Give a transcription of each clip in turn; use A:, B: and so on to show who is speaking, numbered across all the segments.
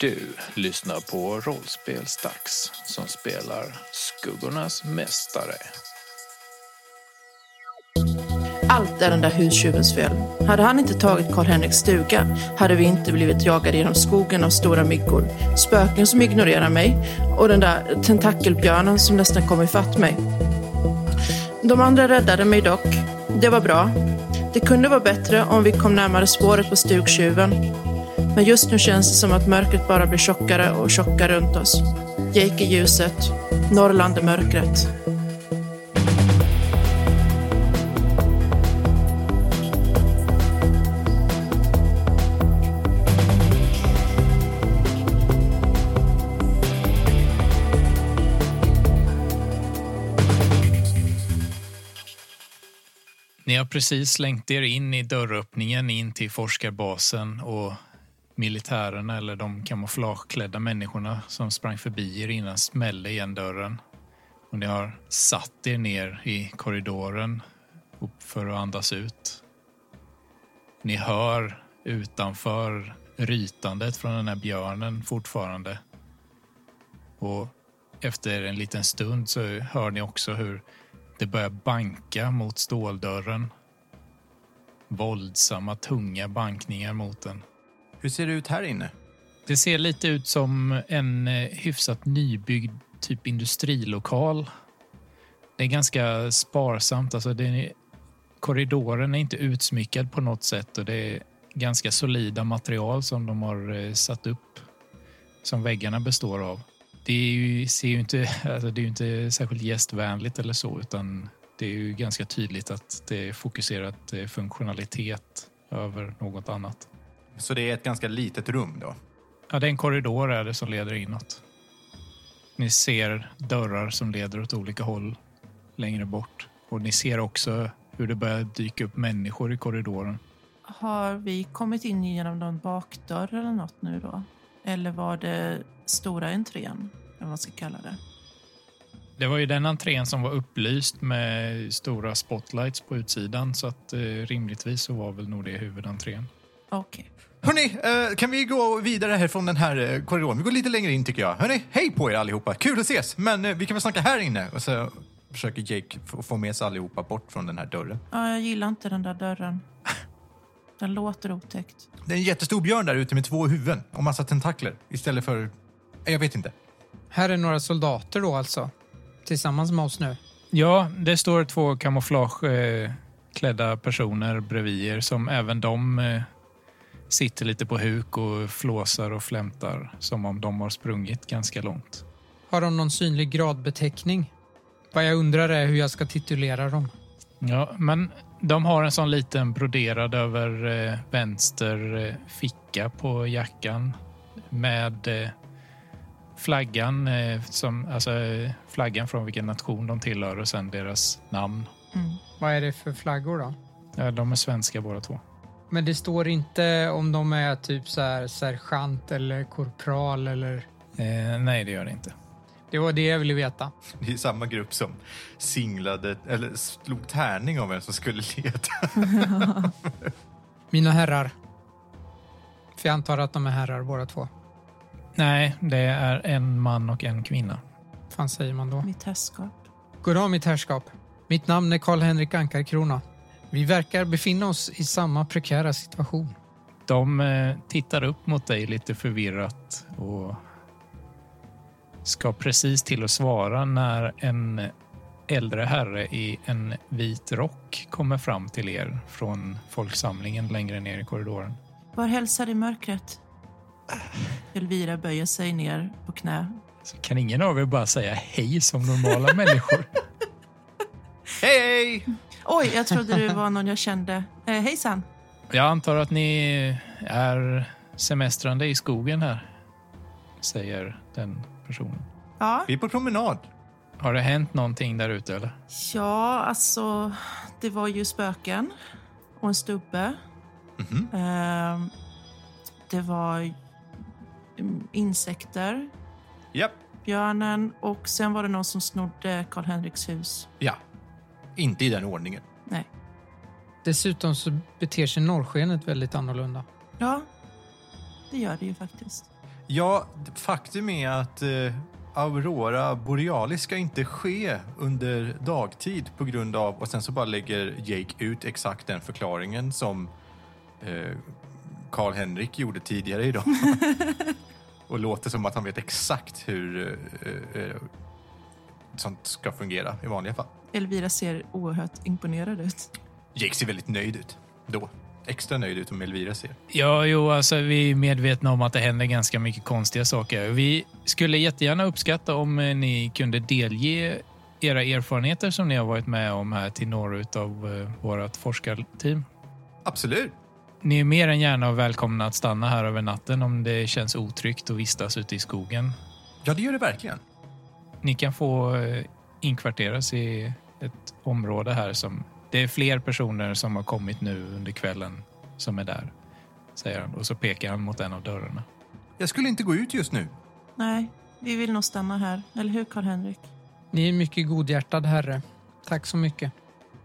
A: Du lyssnar på Rollspelsdags som spelar Skuggornas Mästare.
B: Allt är den där hustjuvens fel. Hade han inte tagit Karl-Henriks stuga hade vi inte blivit jagade genom skogen av stora myggor, spöken som ignorerar mig och den där tentakelbjörnen som nästan kom ifatt mig. De andra räddade mig dock. Det var bra. Det kunde vara bättre om vi kom närmare spåret på stugtjuven. Men just nu känns det som att mörkret bara blir tjockare och tjockare runt oss. Jake är ljuset, Norrland är mörkret.
A: Ni har precis slängt er in i dörröppningen in till forskarbasen och militärerna eller de kamouflageklädda människorna som sprang förbi er innan smällde igen dörren. Och ni har satt er ner i korridoren upp för att andas ut. Ni hör utanför rytandet från den här björnen fortfarande. Och efter en liten stund så hör ni också hur det börjar banka mot ståldörren. Våldsamma, tunga bankningar mot den.
C: Hur ser det ut här inne?
A: Det ser lite ut som en eh, hyfsat nybyggd typ industrilokal. Det är ganska sparsamt. Alltså det är, korridoren är inte utsmyckad på något sätt och det är ganska solida material som de har eh, satt upp som väggarna består av. Det är ju, ser ju inte, alltså det är ju inte särskilt gästvänligt eller så utan det är ju ganska tydligt att det är fokuserat eh, funktionalitet över något annat.
C: Så det är ett ganska litet rum då.
A: Ja, det är en korridor är det som leder inåt. Ni ser dörrar som leder åt olika håll längre bort. Och ni ser också hur det börjar dyka upp människor i korridoren.
B: Har vi kommit in genom någon bakdörr eller något nu då? Eller var det stora entrén, eller vad man ska kalla det?
A: Det var ju den entrén som var upplyst med stora spotlights på utsidan så att eh, rimligtvis så var väl nog det huvudentrén.
B: Okej.
C: Hörni, eh, kan vi gå vidare här från den här eh, korridoren? Vi går lite längre in tycker jag. Hörni, hej på er allihopa! Kul att ses! Men eh, vi kan väl snacka här inne? Och så försöker Jake f- få med sig allihopa bort från den här dörren.
B: Ja, jag gillar inte den där dörren. Den låter otäckt.
C: Det är en jättestor björn där ute med två huvuden och massa tentakler istället för... eh, Jag vet inte.
D: Här är några soldater då alltså. Tillsammans med oss nu.
A: Ja, det står två kamouflageklädda personer bredvid er som även de eh, sitter lite på huk och flåsar och flämtar som om de har sprungit ganska långt.
D: Har de någon synlig gradbeteckning? Vad jag undrar är hur jag ska titulera dem.
A: Ja, men de har en sån liten broderad över eh, vänster eh, ficka på jackan med eh, flaggan, eh, som, alltså eh, flaggan från vilken nation de tillhör och sen deras namn.
B: Mm.
D: Vad är det för flaggor då?
A: Ja, de är svenska båda två.
D: Men det står inte om de är typ så här sergeant eller korpral eller...
A: Eh, nej, det gör det inte.
D: Det var det jag ville veta.
C: Det är samma grupp som singlade, eller slog tärning om vem som skulle leda.
D: Mina herrar. För jag antar att de är herrar båda två.
A: Nej, det är en man och en kvinna.
D: fan säger man då?
B: Mitt herrskap.
D: Goddag mitt herrskap. Mitt namn är Karl-Henrik Ankarkrona. Vi verkar befinna oss i samma prekära situation.
A: De eh, tittar upp mot dig lite förvirrat och ska precis till att svara när en äldre herre i en vit rock kommer fram till er från folksamlingen längre ner i korridoren.
B: Var hälsar i mörkret? Elvira böjer sig ner på knä.
A: Så kan ingen av er bara säga hej som normala människor?
C: Hej, hej!
B: Oj, jag trodde det var någon jag kände. Eh, hejsan!
A: Jag antar att ni är semestrande i skogen här, säger den personen.
B: Ja.
C: Vi är på promenad.
A: Har det hänt någonting där ute eller?
B: ja, alltså det var ju spöken och en stubbe.
C: Mhm.
B: Ehm, det var mm, insekter,
C: Japp.
B: björnen och sen var det någon som snodde Karl-Henriks hus.
C: Ja. Inte i den ordningen.
B: Nej.
D: Dessutom så beter sig norrskenet väldigt annorlunda.
B: Ja, det gör det ju faktiskt.
C: Ja, faktum är att eh, Aurora Borealis ska inte ske under dagtid på grund av... Och sen så bara lägger Jake ut exakt den förklaringen som eh, Karl-Henrik gjorde tidigare idag. och låter som att han vet exakt hur eh, eh, sånt ska fungera i vanliga fall.
B: Elvira ser oerhört imponerad ut.
C: Jake ser väldigt nöjd ut då. Extra nöjd ut om Elvira ser.
A: Ja, jo, alltså vi är medvetna om att det händer ganska mycket konstiga saker. Vi skulle jättegärna uppskatta om eh, ni kunde delge era erfarenheter som ni har varit med om här till några av vårt forskarteam.
C: Absolut!
A: Ni är mer än gärna välkomna att stanna här över natten om det känns otryggt att vistas ute i skogen.
C: Ja, det gör det verkligen.
A: Ni kan få eh, inkvarteras i ett område här som... Det är fler personer som har kommit nu under kvällen som är där, säger han. Och så pekar han mot en av dörrarna.
C: Jag skulle inte gå ut just nu.
B: Nej, vi vill nog stanna här. Eller hur, Karl-Henrik?
D: Ni är en mycket godhjärtad herre. Tack så mycket.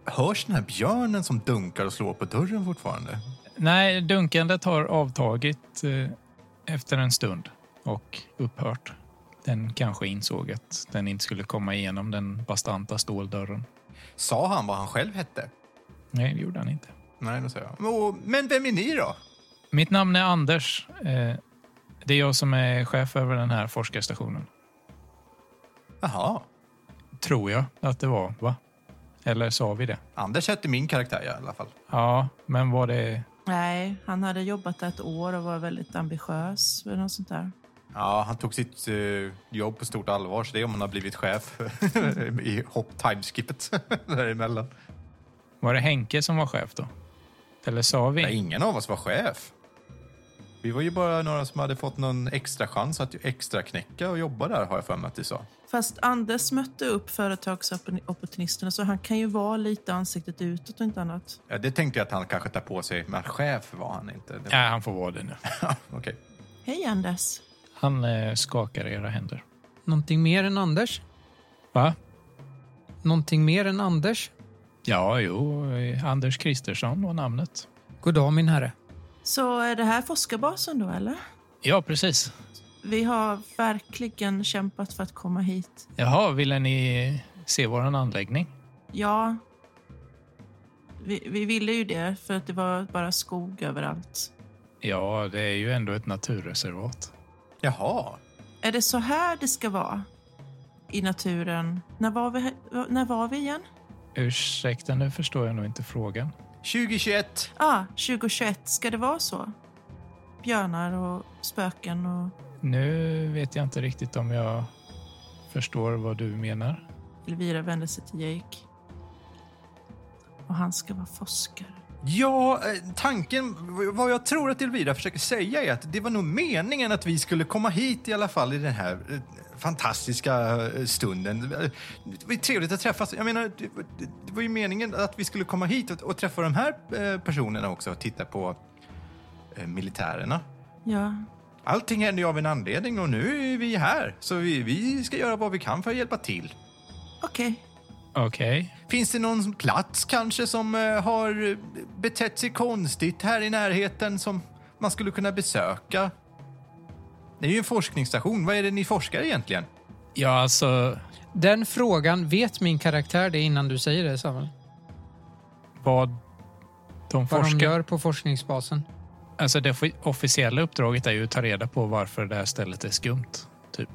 C: Hörs den här björnen som dunkar och slår på dörren fortfarande?
A: Nej, dunkandet har avtagit eh, efter en stund och upphört. Den kanske insåg att den inte skulle komma igenom den bastanta ståldörren.
C: Sa han vad han själv hette?
A: Nej, det gjorde han inte.
C: Nej, då säger jag. Åh, Men vem är ni då?
A: Mitt namn är Anders. Eh, det är jag som är chef över den här forskarstationen.
C: Jaha,
A: Tror jag att det var, va? Eller sa vi det?
C: Anders hette min karaktär i alla fall.
A: Ja, men var det...
B: Nej, han hade jobbat där ett år och var väldigt ambitiös. Eller något sånt där.
C: Ja, han tog sitt eh, jobb på stort allvar, så det är om han har blivit chef i hopp timeskippet däremellan.
A: Var det Henke som var chef då? Eller sa vi?
C: Nej, ingen av oss var chef. Vi var ju bara några som hade fått någon extra chans att extra knäcka och jobba där, har jag för mig att du sa.
B: Fast Anders mötte upp företagsopportunisterna så han kan ju vara lite ansiktet utåt och inte annat.
C: Ja, det tänkte jag att han kanske tar på sig, men chef var han inte. Det...
A: Nej, han får vara det nu.
C: Okej.
B: Hej Anders!
A: Han eh, skakar era händer.
D: Någonting mer än Anders?
A: Va?
D: Någonting mer än Anders?
A: Ja, jo. eh, Anders Kristersson var namnet.
D: God dag min herre.
B: Så är det här forskarbasen då, eller?
A: Ja, precis.
B: Vi har verkligen kämpat för att komma hit.
A: Jaha, ville ni se vår anläggning?
B: Ja, vi, vi ville ju det för att det var bara skog överallt.
A: Ja, det är ju ändå ett naturreservat.
C: Jaha.
B: Är det så här det ska vara? I naturen? När var vi, he- när var vi igen?
A: Ursäkta, nu förstår jag nog inte frågan.
C: 2021.
B: Ja, ah, 2021. Ska det vara så? Björnar och spöken och
A: Nu vet jag inte riktigt om jag förstår vad du menar.
B: Elvira vänder sig till Jake. Och han ska vara forskare.
C: Ja, eh, tanken, vad jag tror att Elvira försöker säga är att det var nog meningen att vi skulle komma hit i alla fall i den här eh, fantastiska eh, stunden. Eh, Det var ju trevligt att träffas. Jag menar, det var- det- det var ju meningen att vi skulle komma hit och, och träffa de här eh, personerna också och titta på eh, militärerna.
B: Ja,
C: Allting hände ju av en anledning och nu är vi här. Så vi, vi ska göra vad vi kan för att hjälpa till.
B: okej.
A: Okej.
C: Finns det någon plats kanske som eh, har eh, betett sig konstigt här i närheten som man skulle kunna besöka? Det är ju en forskningsstation. Vad är det ni forskar egentligen?
A: Ja, alltså,
D: Den frågan vet min karaktär det innan du säger det Samuel.
A: vad de
D: Vad
A: forskar...
D: de gör på forskningsbasen.
A: Alltså, det offi- officiella uppdraget är ju att ta reda på varför det här stället är skumt, typ.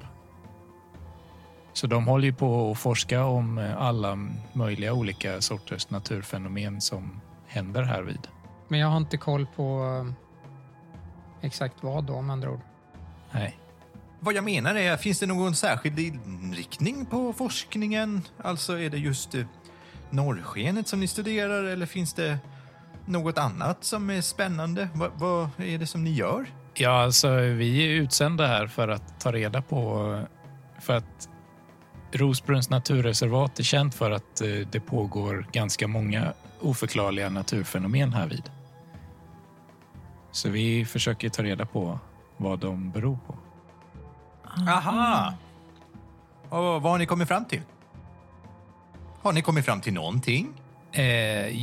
A: Så de håller ju på att forska om eh, alla möjliga olika sorters naturfenomen som händer här vid.
D: Men jag har inte koll på eh, exakt vad då med andra ord.
A: Nej.
C: Vad jag menar är, finns det någon särskild inriktning på forskningen? Alltså, är det just eh, norrskenet som ni studerar eller finns det något annat som är spännande? Va, vad är det som ni gör?
A: Ja, alltså vi är utsända här för att ta reda på... För att Rosbrunns naturreservat är känt för att eh, det pågår ganska många oförklarliga naturfenomen här vid. Så vi försöker ta reda på vad de beror på.
C: Aha! Mm. Och vad har ni kommit fram till? Har ni kommit fram till någonting?
A: Eh,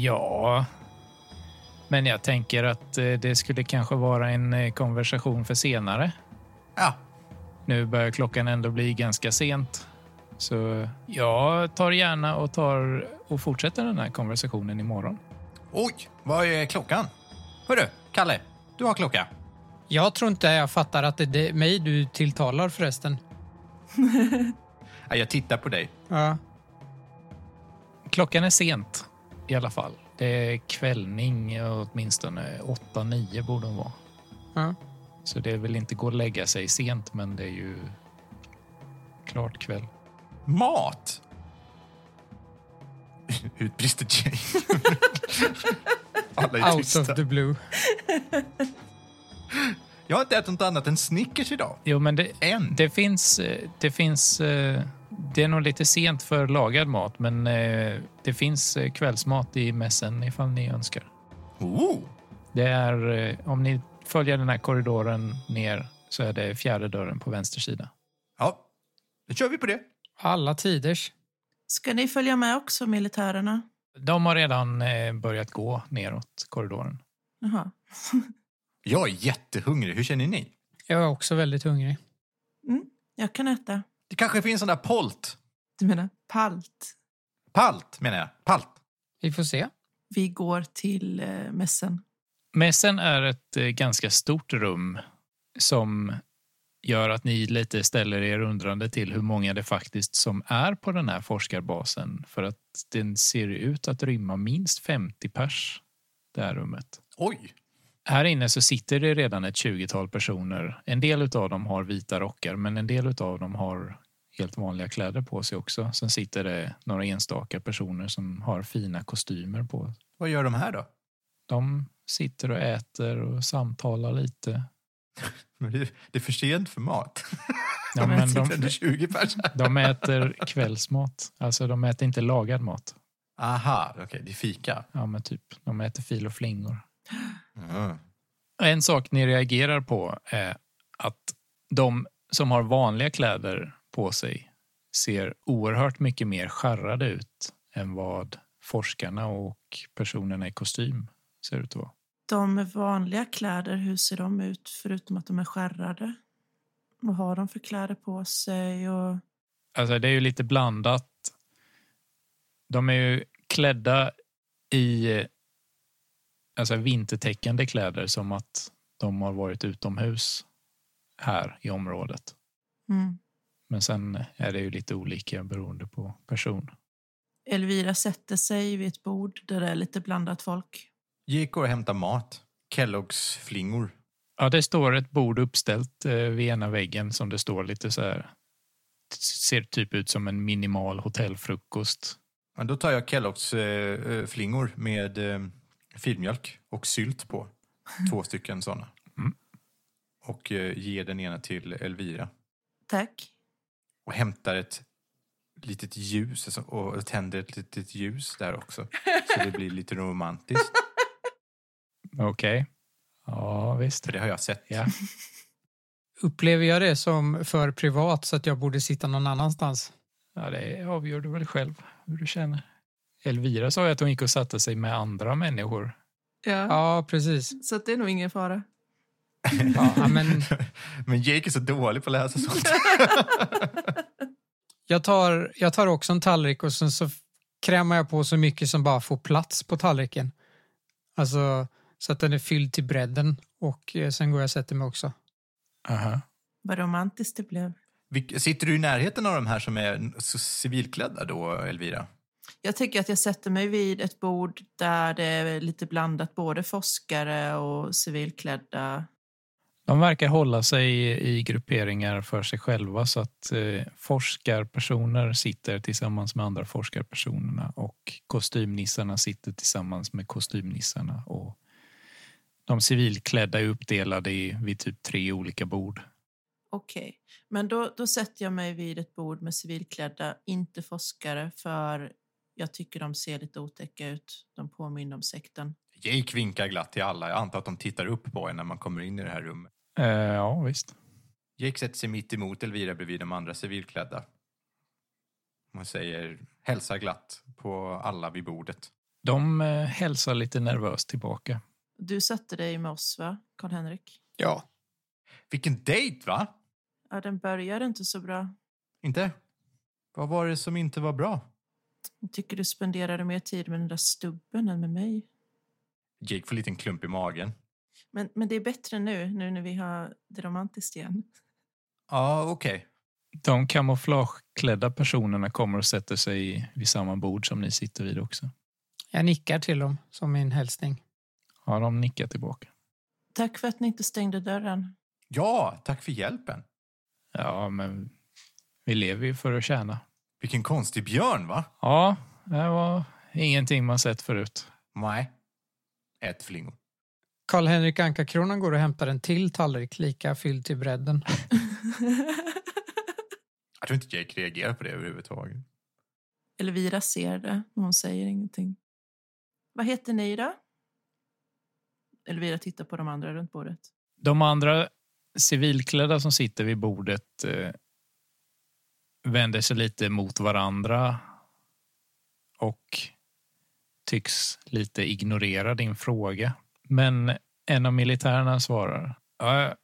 A: ja... Men jag tänker att eh, det skulle kanske vara en eh, konversation för senare.
C: Ja,
A: Nu börjar klockan ändå bli ganska sent. Så jag tar gärna och, tar och fortsätter den här konversationen imorgon.
C: oj, vad är klockan? Hörru, Kalle, du har klocka.
D: Jag tror inte jag fattar att det är det- mig du tilltalar förresten.
C: Ja, Jag tittar på dig.
D: Ja.
A: Klockan är sent i alla fall. Det är kvällning åtminstone. 8-9 borde hon vara.
D: ja.
A: Så det är väl inte gå och lägga sig sent, men det är ju klart kväll.
C: Mat! Utbrister Jane. Alla är
D: Out of
C: tysta.
D: the blue.
C: Jag har inte ätit något annat än Snickers idag.
A: Jo, men det,
C: Än.
A: det finns... eh, Det finns... eh, Det är nog lite sent för lagad mat, men eh, det finns eh, kvällsmat i mässen ifall ni önskar.
C: Oh,
A: Det är, eh, om ni följer den här korridoren ner så är det fjärde dörren på vänster sida.
C: ja, då kör vi på det.
D: Alla tiders.
B: Ska ni följa med också, militärerna?
A: De har redan eh, börjat gå neråt korridoren.
B: Jaha.
C: Jag är jättehungrig. Hur känner ni?
D: Jag är också väldigt hungrig.
B: Mm, jag kan äta.
C: Det kanske finns en där polt.
B: Du menar palt?
C: Palt, menar jag. Palt.
D: Vi får se.
B: Vi går till eh, mässen.
A: Mässen är ett eh, ganska stort rum som gör att ni lite ställer er undrande till hur många det faktiskt som är på den här forskarbasen. För att den ser ut att rymma minst 50 pers, det här rummet.
C: Oj.
A: Här inne så sitter det redan ett 20-tal personer. En del av dem har vita rockar, men en del av dem har helt vanliga kläder på sig också. Sen sitter det några enstaka personer som har fina kostymer på.
C: Vad gör de här då?
A: De sitter och äter och samtalar lite.
C: Det är för sent för mat.
A: Ja, men
C: Sitter
A: de,
C: ändå 20 personer.
A: de äter kvällsmat. Alltså, de äter inte lagad mat.
C: Aha, okej, det är fika.
A: Ja, men typ. De äter fil och flingor.
C: Mm.
A: En sak ni reagerar på är att de som har vanliga kläder på sig ser oerhört mycket mer skärrade ut än vad forskarna och personerna i kostym ser ut att vara.
B: De med vanliga kläder, hur ser de ut förutom att de är skärrade? Vad har de för kläder på sig? Och...
A: Alltså det är ju lite blandat. De är ju klädda i eh, alltså vintertäckande kläder som att de har varit utomhus här i området.
B: Mm.
A: Men sen är det ju lite olika beroende på person.
B: Elvira sätter sig vid ett bord där det är lite blandat folk.
C: Gick och hämta mat. Kelloggs flingor.
A: Ja, det står ett bord uppställt eh, vid ena väggen som det står lite så här. Ser typ ut som en minimal hotellfrukost.
C: Ja, då tar jag Kelloggs eh, eh, flingor med eh, filmjölk och sylt på. Två stycken såna.
A: Mm.
C: Och eh, ger den ena till Elvira.
B: Tack.
C: Och hämtar ett litet ljus alltså, och tänder ett litet ljus där också. Så det blir lite romantiskt.
A: Okej. Ja, visst.
C: För det har jag sett.
A: Ja.
D: Upplever jag det som för privat så att jag borde sitta någon annanstans?
A: ja, det avgör du väl själv hur du känner. Elvira sa ju att hon gick och satte sig med andra människor.
B: Ja.
D: Ja, precis.
B: Så att det är nog ingen fara.
D: Ja, men
C: Men Jake är så dålig på att läsa sånt.
D: jag, tar, jag tar också en tallrik och sen så krämar jag på så mycket som bara får plats på tallriken. Alltså så att den är fylld till bredden och eh, sen går jag och sätter mig också.
A: Aha.
B: Vad romantiskt det blev.
C: Vilk- Sitter du i närheten av de här som är så civilklädda då, Elvira?
B: Jag tycker att jag sätter mig vid ett bord där det är lite blandat både forskare och civilklädda.
A: De verkar hålla sig i grupperingar för sig själva så att eh, forskarpersoner sitter tillsammans med andra forskarpersonerna och kostymnissarna sitter tillsammans med kostymnissarna och de civilklädda är uppdelade i, vid typ tre olika bord.
B: Okej, men då, då sätter jag mig vid ett bord med civilklädda, inte forskare, för jag tycker de ser lite otäcka ut. De påminner om sekten.
C: Jake vinkar glatt till alla. Jag antar att de tittar upp på en när man kommer in i det här rummet.
A: Eh, ja, visst.
C: Jake sätter sig mitt emot Elvira bredvid de andra civilklädda. Hon säger hälsa glatt på alla vid bordet.
A: De eh, hälsar lite nervöst tillbaka.
B: Du satte dig med oss, va, Karl-Henrik?
D: Ja.
C: Vilken dejt, va?
B: Ja, den börjar inte så bra.
C: Inte? Vad var det som inte var bra?
B: Jag tycker du spenderade mer tid med den där stubben än med mig.
C: Jake får en liten klump i magen.
B: Men, men det är bättre nu, nu när vi har det romantiskt igen.
C: Ja, okej.
A: De kamouflageklädda personerna kommer och sätter sig i- vid samma bord som ni sitter vid också.
D: Jag nickar till dem som min hälsning.
A: Ja, de nickar tillbaka.
B: Tack för att ni inte stängde dörren.
C: Ja, tack för hjälpen.
A: Ja, men vi lever ju för att tjäna.
C: Vilken konstig björn, va?
A: Ja, det var ingenting man sett förut.
C: Nej. Ett flingor.
D: Karl-Henrik Anka-Kronan går och hämtar en till tallrik lika fylld till bredden.
C: Jag tror inte Jake reagerar på det överhuvudtaget.
B: Elvira ser det, men hon säger ingenting. Vad heter ni då? Elvira tittar på de andra runt bordet.
A: De andra civilklädda som sitter vid bordet eh, vänder sig lite mot varandra och tycks lite ignorera din fråga. Men en av militärerna svarar. "Ja,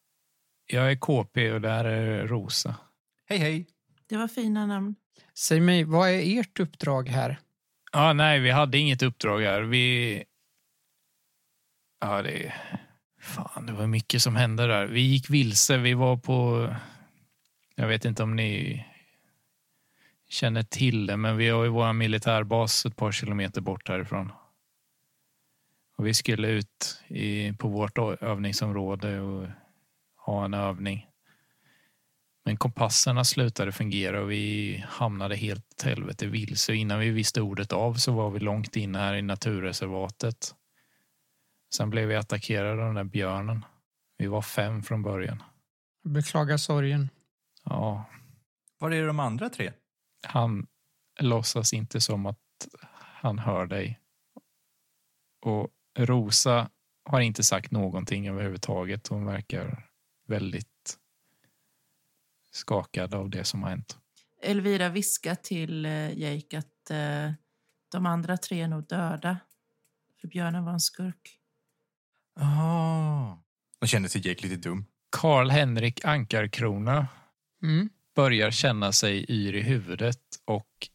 A: Jag är KP och där är Rosa.
C: Hej, hej.
B: Det var fina namn.
D: Säg mig, vad är ert uppdrag här?
A: Ja, nej, vi hade inget uppdrag här. Vi... Ja, det... Fan, det var mycket som hände där. Vi gick vilse. Vi var på... Jag vet inte om ni känner till det, men vi har ju vår militärbas ett par kilometer bort härifrån. Och vi skulle ut i, på vårt ö- övningsområde och ha en övning. Men kompasserna slutade fungera och vi hamnade helt åt helvete vilse. Och Innan vi visste ordet av så var vi långt inne här i naturreservatet. Sen blev vi attackerade av den där björnen. Vi var fem från början.
D: Jag Beklagar sorgen.
A: Ja,
C: Var är de andra tre?
A: han låtsas inte som att han hör dig. Och Rosa har inte sagt någonting överhuvudtaget. Hon verkar väldigt skakad av det som har hänt.
B: Elvira viskar till eh, Jake att eh, de andra tre är nog döda. För björnen var en skurk.
C: Ah. De kände sig Jake lite dum.
A: Karl-Henrik Ankarkrona
D: Mm.
A: börjar känna sig yr i huvudet och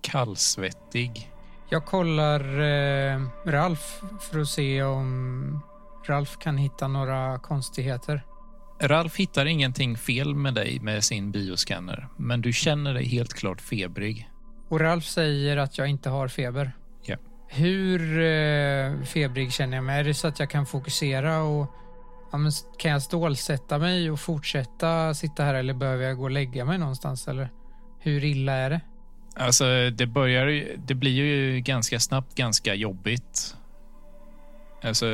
A: kallsvettig.
D: Jag kollar eh, Ralf för att se om Ralf kan hitta några konstigheter.
A: Ralf hittar ingenting fel med dig med sin bioscanner, men du känner dig helt klart febrig.
D: Och Ralf säger att jag inte har feber.
A: Ja.
D: Hur eh, febrig känner jag mig? Är det så att jag kan fokusera och ja, men, s- kan jag stålsätta mig och fortsätta sitta här eller behöver jag gå och lägga mig någonstans eller hur illa är det?
A: Alltså, det börjar ju- Det blir ju ganska snabbt ganska jobbigt. Alltså,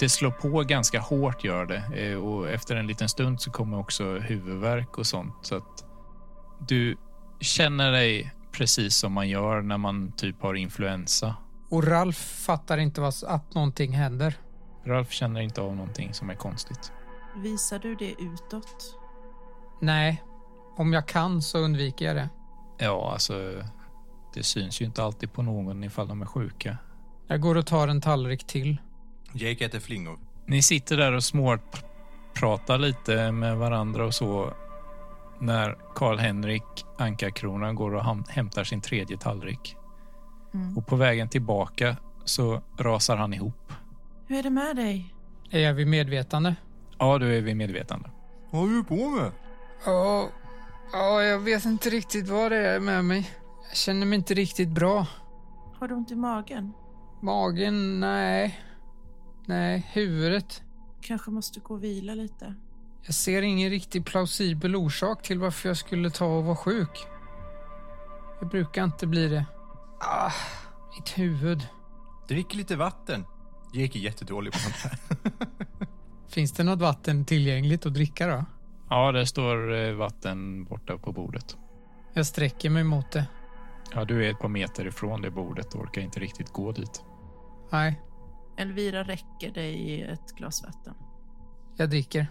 A: det slår på ganska hårt gör det Eh, och efter en liten stund så kommer också huvudvärk och sånt så att du känner dig precis som man gör när man typ har influensa.
D: Och Ralf fattar inte vad, s- att någonting händer.
A: Ralf känner inte av någonting som är konstigt.
B: Visar du det utåt?
D: Nej, om jag kan så undviker jag det.
A: Ja, alltså det syns ju inte alltid på någon ifall de är sjuka.
D: Jag går och tar en tallrik till.
C: Jake äter flingor.
A: Ni sitter där och småpratar lite med varandra och så när Karl-Henrik Ankarkrona går och ham- hämtar sin tredje tallrik. Och på vägen tillbaka så rasar han ihop.
B: Hur är det med dig?
D: Är jag vid medvetande?
A: Ja, du är vid medvetande.
C: Vad håller du på med?
D: Ja, ja, jag vet inte riktigt vad det är med mig. Jag känner mig inte riktigt bra.
B: Har du ont i magen?
D: Magen, nej. Nej, huvudet.
B: Kanske måste gå och vila lite.
D: Jag ser ingen riktigt plausibel orsak till varför jag skulle ta och vara sjuk. Jag brukar inte bli det. Ah, mitt huvud.
C: Drick lite vatten. Jake är jättedålig på sånt här.
D: Finns det något vatten tillgängligt att dricka då?
A: Ja, där står eh, vatten borta på bordet.
D: Jag sträcker mig mot det.
A: Ja, du är ett par meter ifrån det bordet och orkar inte riktigt gå dit.
D: Nej,
B: Elvira räcker dig ett glas vatten.
D: jag dricker.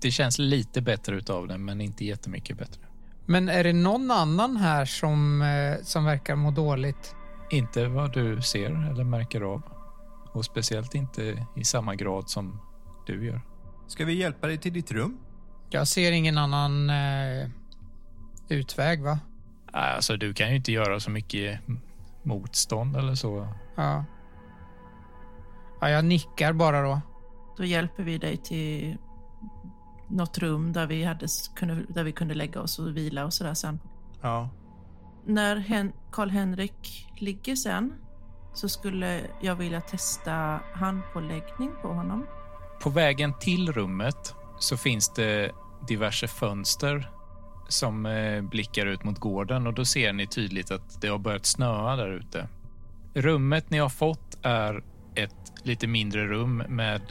A: Det känns lite bättre utav den, men inte jättemycket bättre.
D: Men är det någon annan här som, eh, som verkar må dåligt?
A: Inte vad du ser eller märker av. Och speciellt inte i samma grad som du gör.
C: Ska vi hjälpa dig till ditt rum?
D: Jag ser ingen annan eh, utväg, va?
A: Alltså, du kan ju inte göra så mycket motstånd eller så.
D: Ja. ja jag nickar bara då.
B: Då hjälper vi dig till något rum där vi, hade, kunde, där vi kunde lägga oss och vila och sådär sen.
C: Ja.
B: När Hen- Karl-Henrik ligger sen så skulle jag vilja testa handpåläggning på honom.
A: På vägen till rummet så finns det diverse fönster som eh, blickar ut mot gården och då ser ni tydligt att det har börjat snöa där ute. Rummet ni har fått är ett lite mindre rum med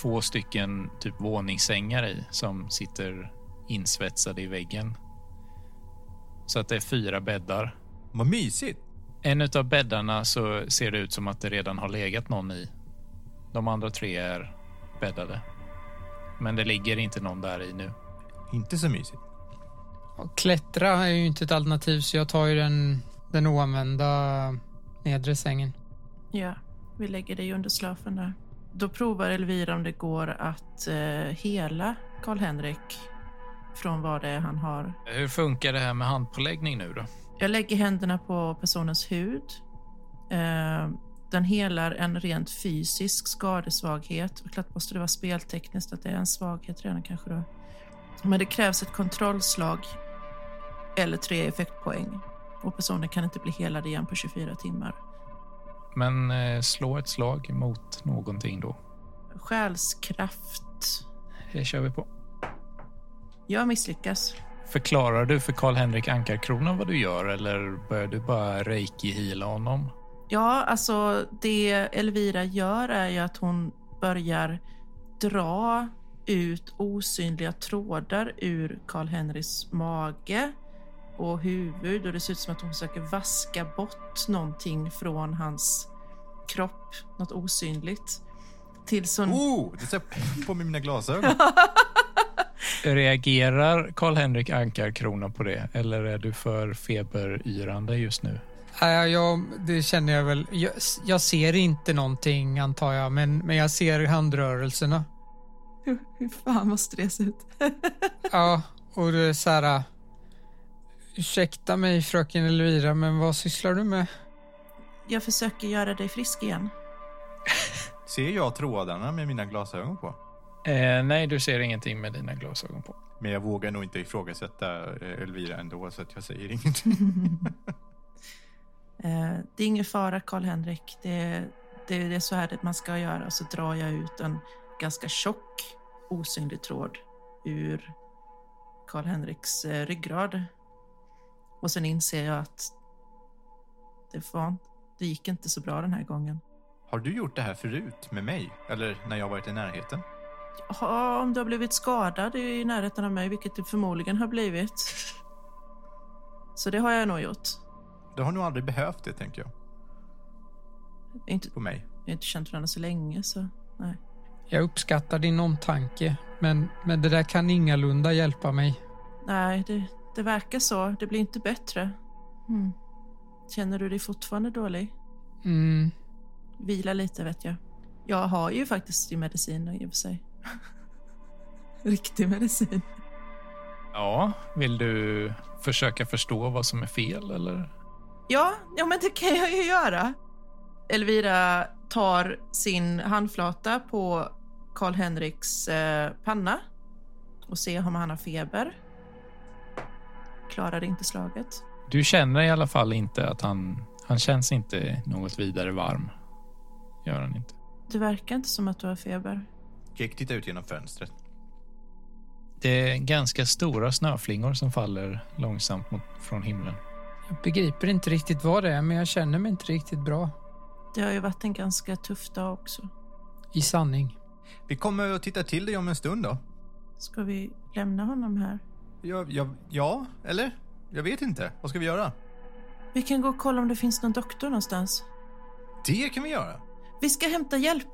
A: två stycken typ våningssängar i som sitter insvetsade i väggen. Så att det är fyra bäddar.
C: Vad mysigt.
A: En av bäddarna så ser det ut som att det redan har legat någon i. De andra tre är bäddade. Men det ligger inte någon där i nu.
C: Inte så mysigt.
D: Och klättra är ju inte ett alternativ, så jag tar ju den, den oanvända nedre sängen.
B: Ja, vi lägger dig under slöfen där. Då provar Elvira om det går att eh, hela Karl-Henrik från vad det är han har.
A: Hur funkar det här med handpåläggning nu då?
B: Jag lägger händerna på personens hud. Eh, den helar en rent fysisk skadesvaghet. Och klart måste det vara speltekniskt att det är en svaghet redan kanske då. Men det krävs ett kontrollslag eller tre effektpoäng. Och personen kan inte bli helad igen på 24 timmar.
A: Men eh, slå ett slag mot någonting då.
B: Själskraft.
A: Det kör vi på.
B: Jag misslyckas.
A: Förklarar du för Karl-Henrik Ankarkrona vad du gör eller börjar du bara reiki-heala honom?
B: Ja, alltså det Elvira gör är ju att hon börjar dra ut osynliga trådar ur Karl Henrys mage och huvud och det ser ut som att hon försöker vaska bort någonting från hans kropp, något osynligt. Tills hon...
C: Oh, det ser på med mina glasögon.
A: Reagerar Karl-Henrik Ankarkrona på det eller är du för feberyrande just nu?
D: Ja, ja, jag, det känner jag väl. Jag, jag ser inte någonting antar jag, men, men jag ser handrörelserna.
B: Oh, Hur fan måste det se ut?
D: Ja, och det är så här... äh, Ursäkta mig fröken Elvira, men vad sysslar du med?
B: Jag försöker göra dig frisk igen.
C: Ser jag trådarna med mina glasögon på?
A: Eh, nej, du ser ingenting med dina glasögon på.
C: Men jag vågar nog inte ifrågasätta eh, Elvira ändå, så att jag säger ingenting.
B: Eh, Det är ingen fara, Karl-Henrik. Det, det, det är så här det man ska göra. Så drar jag ut en ganska tjock, osynlig tråd ur Karl-Henriks eh, ryggrad. Och sen inser jag att det, fan, det gick inte så bra den här gången.
C: Har du gjort det här förut med mig? Eller när jag varit i närheten?
B: Ja, om du har blivit skadad i närheten av mig, vilket du förmodligen har blivit. Så det har jag nog gjort.
C: Du har nog aldrig behövt det, tänker jag.
B: Jag har inte,
C: På mig.
B: jag har inte känt varandra så länge, så nej.
D: Jag uppskattar din omtanke, men, men det där kan ingalunda hjälpa mig.
B: Nej, det, det verkar så. Det blir inte bättre. Mm. Känner du dig fortfarande dålig?
D: Mm.
B: Vila lite, vet jag. Jag har ju faktiskt din medicin i och för sig. Riktig medicin.
A: Ja, vill du försöka förstå vad som är fel eller?
B: Ja, ja men det kan jag ju göra. Elvira tar sin handflata på Karl-Henriks eh, panna och ser om han har feber. Klarar inte slaget.
A: Du känner i alla fall inte att han, han känns inte något vidare varm. Gör han inte.
B: Det verkar inte som att du har feber.
C: Jake tittar ut genom fönstret.
A: Det är ganska stora snöflingor som faller långsamt mot, från himlen.
D: Jag begriper inte riktigt vad det är, men jag känner mig inte riktigt bra.
B: Det har ju varit en ganska tuff dag också.
D: I sanning.
C: Vi kommer att titta till dig om en stund då.
B: Ska vi lämna honom här?
C: Ja, ja, ja eller? Jag vet inte. Vad ska vi göra?
B: Vi kan gå och kolla om det finns någon doktor någonstans.
C: Det kan vi göra.
B: Vi ska hämta hjälp,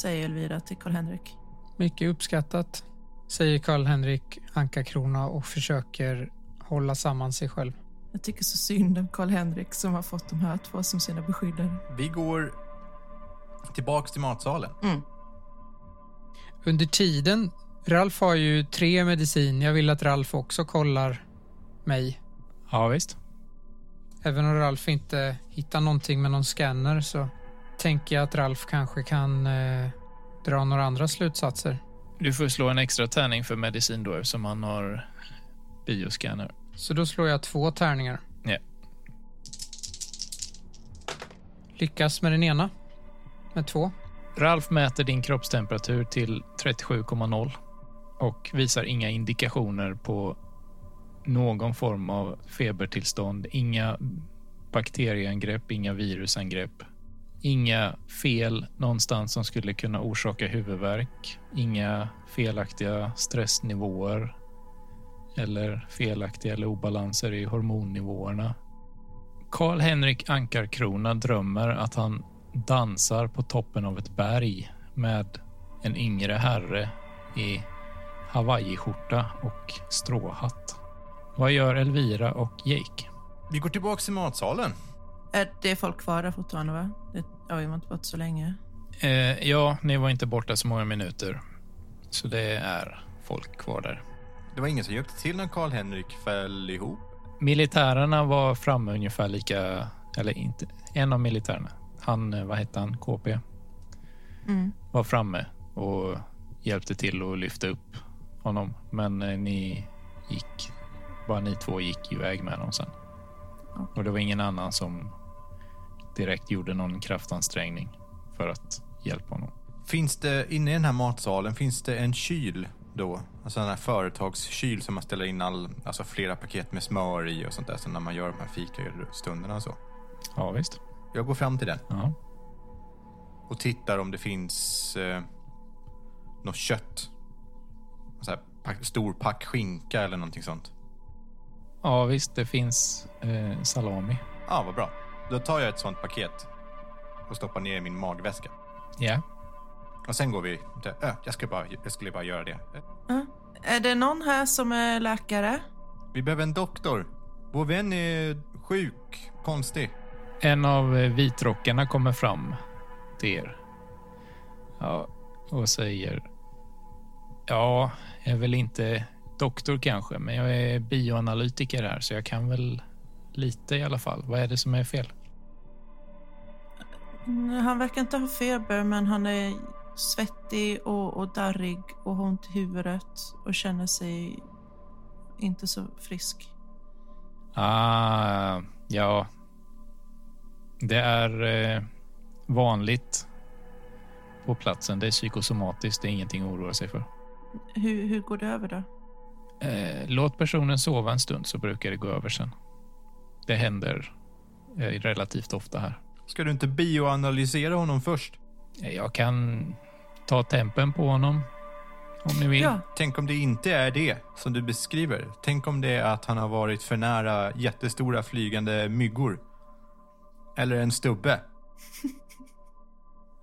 B: säger Elvira till Karl-Henrik.
D: Mycket uppskattat, säger Karl-Henrik Anka-Krona och försöker hålla samman sig själv.
B: Jag tycker så synd om Karl-Henrik som har fått de här två som sina beskyddare.
C: Vi går tillbaks till matsalen.
D: Under tiden Ralf har ju tre medicin. Jag vill att Ralf också kollar mig.
A: Ja, visst.
D: Även om Ralf inte hittar någonting med någon scanner så tänker jag att Ralf kanske kan eh, dra några andra slutsatser.
A: Du får slå en extra tärning för medicin då eftersom han har bioscanner.
D: Så då slår jag två tärningar.
A: Ja.
D: Lyckas med den ena. Med två.
A: Ralf mäter din kroppstemperatur till 37,0 och visar inga indikationer på någon form av febertillstånd. Inga bakterieangrepp, inga virusangrepp. Inga fel någonstans som skulle kunna orsaka huvudvärk. Inga felaktiga stressnivåer eller felaktiga eller obalanser i hormonnivåerna. Karl-Henrik Ankarkrona drömmer att han dansar på toppen av ett berg med en yngre herre i hawaiiskjorta och stråhatt. Vad gör Elvira och Jake?
C: Vi går tillbaka till matsalen.
B: Är det är folk kvar där fortfarande, va? Det, ja, vi var inte bort så länge.
A: Eh, ja, ni var inte borta så många minuter. Så det är folk kvar där.
C: Det var ingen som hjälpte till när Karl-Henrik föll ihop.
A: Militärerna var framme ungefär lika... Eller inte... En av militärerna, han, eh, vad hette han, KP,
B: Mm.
A: var framme och hjälpte till att lyfta upp honom. Men eh, ni gick... Bara ni två gick iväg med honom sen. Och det var ingen annan som direkt gjorde någon kraftansträngning för att hjälpa honom.
C: Finns det inne i den här matsalen, finns det en kyl då? Alltså den här företagskyl som man ställer in all, alltså flera paket med smör i och sånt där. Så när man gör de här fikastunderna och så.
A: Ja, visst.
C: Jag går fram till den
A: Ja.
C: och tittar om det finns eh, något kött. Så här, pack, stor pack skinka eller någonting sånt.
A: Ja, visst. Det finns eh, salami.
C: Ja, ah, vad bra. Då tar jag ett sånt paket och stoppar ner i min magväska.
A: Ja.
C: Och sen går vi till, ö, jag, ska bara, jag skulle bara göra det. Ö,
B: Ja. Är det någon här som är läkare?
C: Vi behöver en doktor. Vår vän är sjuk, konstig.
A: En av eh, vitrockarna kommer fram till er. Ja, och säger. Ja, jag är väl inte doktor kanske, men jag är bioanalytiker här så jag kan väl lite i alla fall. Vad är det som är fel?
B: Mm, Han verkar inte ha feber, men han är svettig och, och darrig och har ont i huvudet och känner sig inte så frisk.
A: Ah, ja. Det är eh, vanligt på platsen. Det är psykosomatiskt. Det är ingenting att oroa sig för.
B: Hur, hur går det över då?
A: Eh, låt personen sova en stund så brukar det gå över sen. Det händer eh, relativt ofta här.
C: Ska du inte bioanalysera honom först?
A: Eh, Jag kan ta tempen på honom om ni vill.
B: Ja,
C: Tänk om det inte är det som du beskriver. Tänk om det är att han har varit för nära jättestora flygande myggor. Eller en stubbe.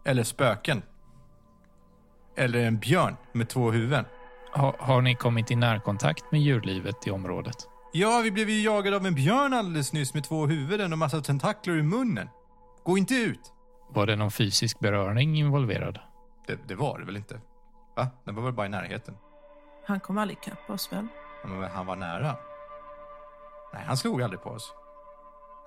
C: Eller spöken. Eller en björn med två huvuden.
A: Ha, har ni kommit i närkontakt med djurlivet i området?
C: Ja, vi blev ju jagade av en björn alldeles nyss med två huvuden och massa tentakler i munnen. Gå inte ut!
A: Var det någon fysisk beröring involverad?
C: Det, det var det väl inte? Va? Den var väl bara i närheten?
B: han kommer aldrig ikapp oss väl?
C: Ja, Men han var nära. Nej, han slog aldrig på oss.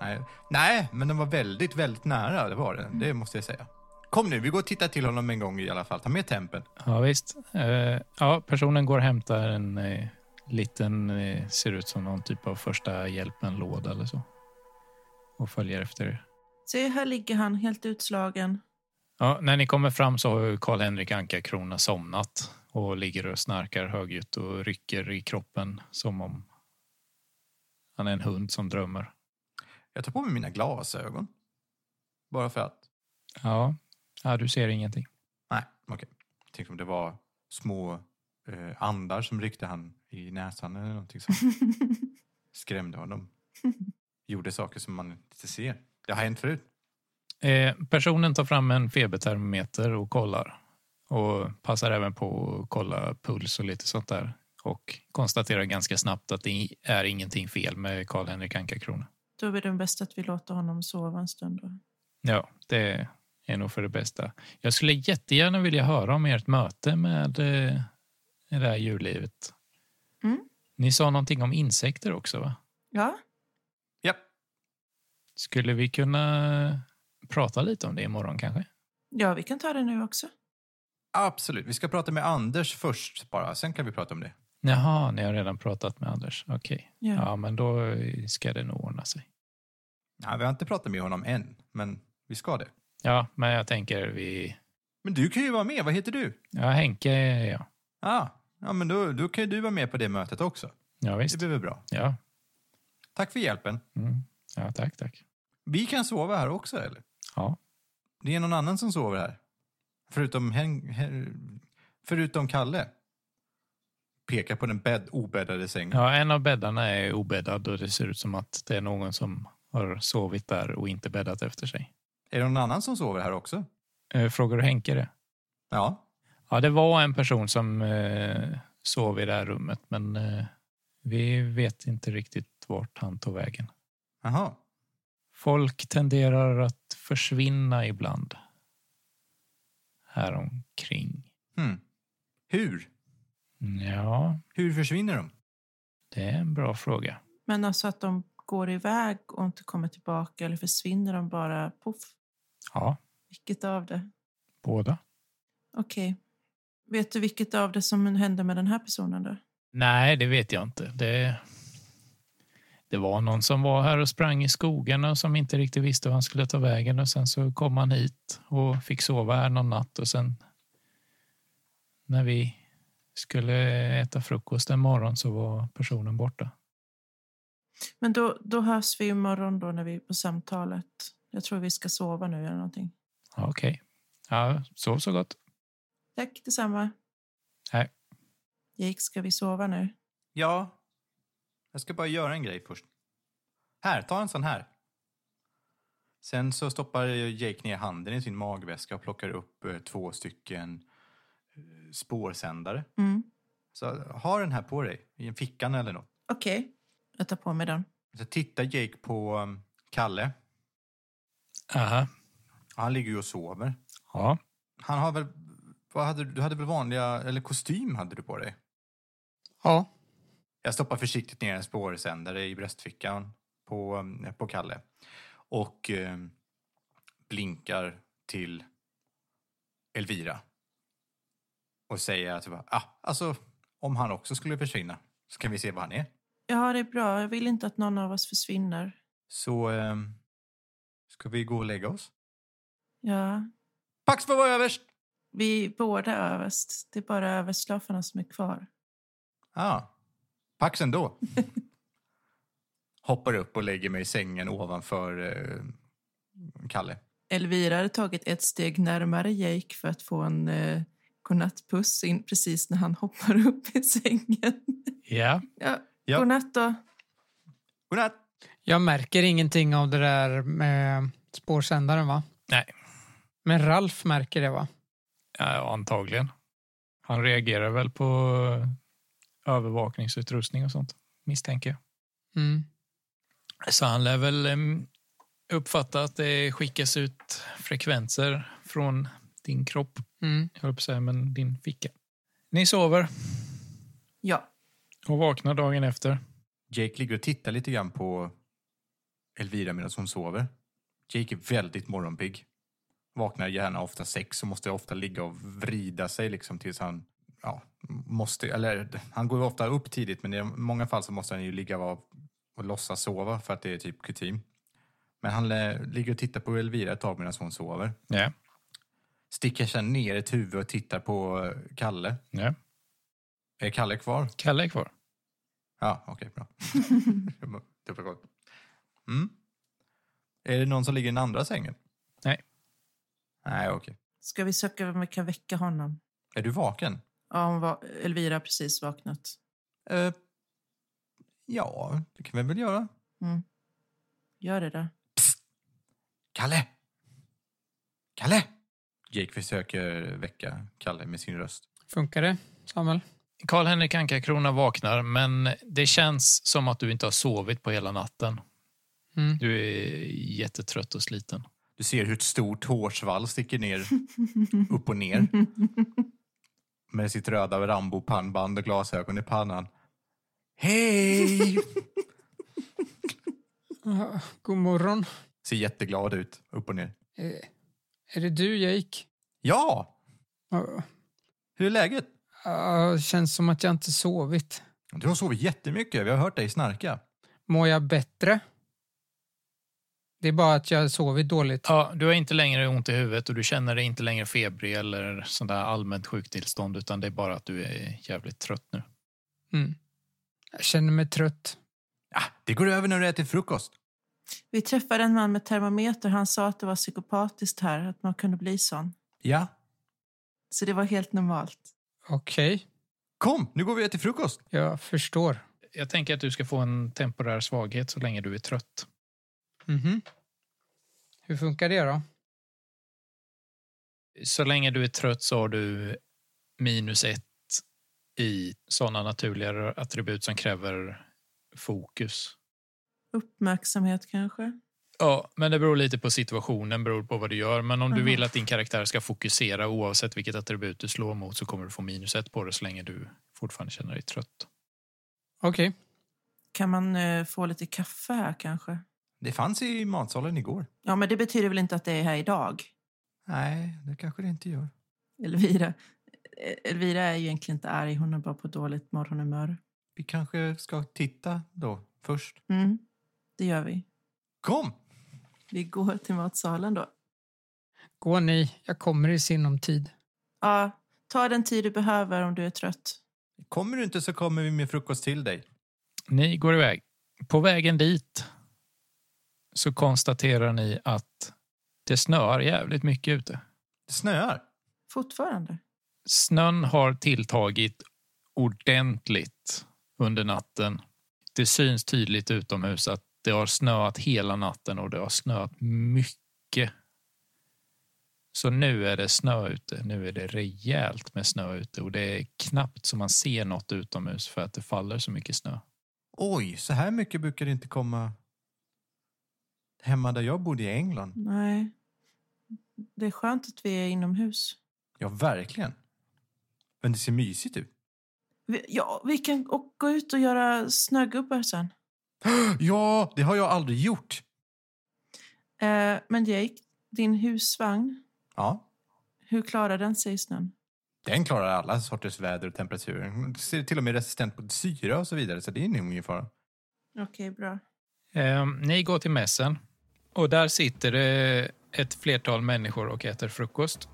C: Nej, Nej men den var väldigt, väldigt nära. Det var den. Det måste jag säga. Kom nu, vi går och tittar till honom en gång i alla fall. Ta med tempen.
A: Ja, visst. Eh, ja, personen går och hämtar en eh, liten, eh, ser ut som någon typ av första hjälpen-låda eller så. Och följer efter er.
B: Se, här ligger han helt utslagen.
A: Ja, när ni kommer fram så har ju Karl-Henrik Ankarkrona somnat och ligger och snarkar högljutt och rycker i kroppen som om han är en hund som drömmer.
C: Jag tar på mig mina glasögon. Bara för att.
A: Ja, ja du ser ingenting.
C: Nej, okej. Tänkte om det var små eh, andar som ryckte han i näsan eller någonting som skrämde honom. Gjorde saker som man inte ser. Det har hänt förut.
A: Eh, personen tar fram en febertermometer och kollar och passar även på att kolla puls och lite sånt där och konstaterar ganska snabbt att det är ingenting fel med Karl-Henrik Ankarkrona.
B: Då är det bäst att vi låter honom sova en stund. Då.
A: Ja, det är nog för det bästa. Jag skulle jättegärna vilja höra om ert möte med eh, i det här djurlivet.
B: Mm.
A: Ni sa någonting om insekter också, va?
B: Ja.
C: Japp.
A: Skulle vi kunna prata lite om det imorgon kanske?
B: ja, vi kan ta det nu också.
C: Absolut. Vi ska prata med Anders först bara, sen kan vi prata om det.
A: Jaha, ni har redan pratat med Anders. Okej.
B: Ja.
A: Ja, men då ska det nog ordna sig.
C: Nej, vi har inte pratat med honom än, men vi ska det.
A: Ja, men jag tänker vi...
C: Men du kan ju vara med. Vad heter du?
A: Ja, Henke, ja.
C: Ah, ja, men då, då kan ju du vara med på det mötet också.
A: Ja,
C: Det
A: visst.
C: blir väl bra.
A: Ja,
C: Tack för hjälpen.
A: mm. ja tack, tack.
C: Vi kan sova här också, eller?
A: Ja.
C: Det är någon annan som sover här. Förutom, hen, hen, förutom Kalle. Pekar på den bädd, obäddade sängen.
A: ja, en av bäddarna är obäddad och det ser ut som att det är någon som har sovit där och inte bäddat efter sig.
C: Är det någon annan som sover här också?
A: Eh, Frågar du Henke det?
C: Ja.
A: Ja, det var en person som eh, sov i det här rummet, men eh, vi vet inte riktigt vart han tog vägen.
C: Jaha.
A: Folk tenderar att försvinna ibland. Här omkring.
C: Hmm. Hur?
A: Ja,
C: Hur försvinner de?
A: det är en bra fråga.
B: Men alltså att de går iväg och inte kommer tillbaka eller försvinner de bara poff?
A: Ja,
B: Vilket av det?
A: båda.
B: Okej. Vet du vilket av det som hände med den här personen då?
A: Nej, det vet jag inte. Det, det var någon som var här och sprang i skogarna och som inte riktigt visste var han skulle ta vägen och sen så kom han hit och fick sova här någon natt och sen när vi skulle äta frukost en morgon så var personen borta.
B: Men då, då hörs vi imorgon då när vi är på samtalet. Jag tror vi ska sova nu eller någonting.
A: Ja, Okej. Ja, sov så gott.
B: Tack detsamma.
A: Hej.
B: Jake, ska vi sova nu?
C: Ja. Jag ska bara göra en grej först. Här, ta en sån här. Sen så stoppar Jake ner handen i sin magväska och plockar upp eh, två stycken eh, spårsändare.
B: Mm.
C: Så ha den här på dig, i en fickan eller något.
B: Okej, jag tar på mig den.
C: Så tittar Jake på um, Kalle.
A: Aha.
C: Han ligger ju och sover.
A: Ja.
C: Han har väl... Vad hade, du- du hade väl vanliga... Eller kostym hade du på dig?
D: Ja.
C: Jag stoppar försiktigt ner en spårsändare i bröstfickan på, um, på Kalle. Och um, blinkar till Elvira. Och säger att... Ah, alltså, om han också skulle försvinna så kan vi se var han är.
B: Ja, det är bra. Jag vill inte att någon av oss försvinner.
C: Så um, ska vi gå och lägga oss.
B: Ja,
C: Pax får vara överst!
B: vi är båda överst. Det är bara överslaffarna som är kvar.
C: Ah, pax ändå. Hoppar upp och lägger mig i sängen ovanför eh, Kalle.
B: Elvira hade tagit ett steg närmare Jake för att få en eh, godnattpuss in precis när han hoppar upp i sängen.
A: Ja.
B: Ja,
C: Ja.
B: Godnatt då.
C: Godnatt!
D: Jag märker ingenting av det där med spårsändaren va?
A: Nej.
D: Men Ralf märker det va?
A: ja, antagligen. Han reagerar väl på övervakningsutrustning och sånt, misstänker jag.
D: Mm.
A: Så han lär väl em, uppfatta att det skickas ut frekvenser från din kropp,
D: Mm.
A: jag höll på att säga, men din ficka. Ni sover
B: Ja,
A: och vaknar dagen efter.
C: Jake ligger och tittar lite grann på Elvira medan hon sover. Jake är väldigt morgonpigg. Vaknar gärna ofta sex och måste ofta ligga och vrida sig liksom tills han ja, måste, eller han går ju ofta upp tidigt men i många fall så måste han ju ligga och, och låtsas sova för att det är typ kutym. Men han eh, ligger och tittar på Elvira ett tag medan hon sover.
A: Ja,
C: Sticker sen ner ett huvud och tittar på eh, Kalle.
A: ja.
C: Är Kalle kvar?
A: Kalle är kvar.
C: Ja, okej, bra. det var gott. Mm. Är det någon som ligger i den andra sängen?
A: Nej.
C: Nej, okej.
B: ska vi söka vem vi kan väcka honom?
C: Är du vaken?
B: Ja, hon var, Elvira har precis vaknat.
C: Eh, ja, det kan vi väl göra.
B: Mm. Gör det då.
C: Kalle! Kalle! Jake försöker väcka Kalle med sin röst.
D: Funkar det, Samuel?
A: Karl-Henrik Anka-Krona vaknar, men det känns som att du inte har sovit på hela natten.
D: Mm.
A: Du är jättetrött och sliten.
C: Du ser hur ett stort hårsvall sticker ner, upp och ner. med sitt röda Rambo-pannband och glasögon i pannan. Hej!
D: Ja, Ah, God morgon.
C: Ser jätteglad ut, upp och ner.
D: Eh, Är det du, Jake?
C: Ja!
D: Ja,
C: Hur är läget?
D: ja, Ah, känns som att jag inte sovit.
C: Du har sovit jättemycket. Vi har hört dig snarka.
D: Mår jag bättre? Det är bara att jag sovit dåligt.
A: Ja, du har inte längre ont i huvudet och du känner dig inte längre febrig eller sånt där allmänt sjuktillstånd utan det är bara att du är jävligt trött nu.
D: Mm. Jag känner mig trött.
C: Ah, det går över när du äter frukost.
B: Vi träffade en man med termometer. Han sa att det var psykopatiskt här, att man kunde bli sån.
C: Ja.
B: Så det var helt normalt.
D: Okej,
C: Kom, nu går vi och äter frukost.
D: jag förstår.
A: Jag tänker att du ska få en temporär svaghet så länge du är trött.
D: Mhm. Hur funkar det då?
A: Så länge du är trött så har du minus ett i sådana naturliga attribut som kräver fokus.
B: Uppmärksamhet kanske?
A: Ja, men det beror lite på situationen, beror på vad du gör. Men om du
B: Mhm.
A: vill att din karaktär ska fokusera oavsett vilket attribut du slår mot så kommer du få minus ett på det så länge du fortfarande känner dig trött.
D: Okej.
B: Kan man eh, få lite kaffe här kanske?
C: Det fanns i matsalen igår.
B: Ja, men det betyder väl inte att det är här idag?
C: Nej, det kanske det inte gör.
B: Elvira, eh, Elvira är ju egentligen inte arg, hon är bara på dåligt morgonhumör.
C: Vi kanske ska titta då först.
B: Mm, det gör vi.
C: Kom!
B: Vi går till matsalen då.
D: Gå ni, jag kommer i sinom tid.
B: Ja, ta den tid du behöver om du är trött.
C: Kommer du inte så kommer vi med frukost till dig.
A: Ni går iväg. På vägen dit så konstaterar ni att det snöar jävligt mycket ute.
C: Det snöar.
B: Fortfarande.
A: Snön har tilltagit ordentligt under natten. Det syns tydligt utomhus att det har snöat hela natten och det har snöat mycket. Så nu är det snö ute. Nu är det rejält med snö ute och det är knappt som man ser något utomhus för att det faller så mycket snö.
C: Oj, så här mycket brukar det inte komma hemma där jag bodde i England.
B: Nej. Det är skönt att vi är inomhus.
C: Ja, verkligen. Men det ser mysigt ut.
B: Vi, ja, vi kan och gå ut och göra snögubbar sen.
C: Ja, det har jag aldrig gjort.
B: Eh, men Jake, din husvagn,
C: Ja,
B: hur klarar den sig i snön?
C: den klarar alla sorters väder och temperaturer. Den ser till och med resistent mot syra och så vidare, så det är nog ingen fara.
B: Okej, bra.
A: Eh, ni går till mässen och där sitter det ett flertal människor och äter frukost.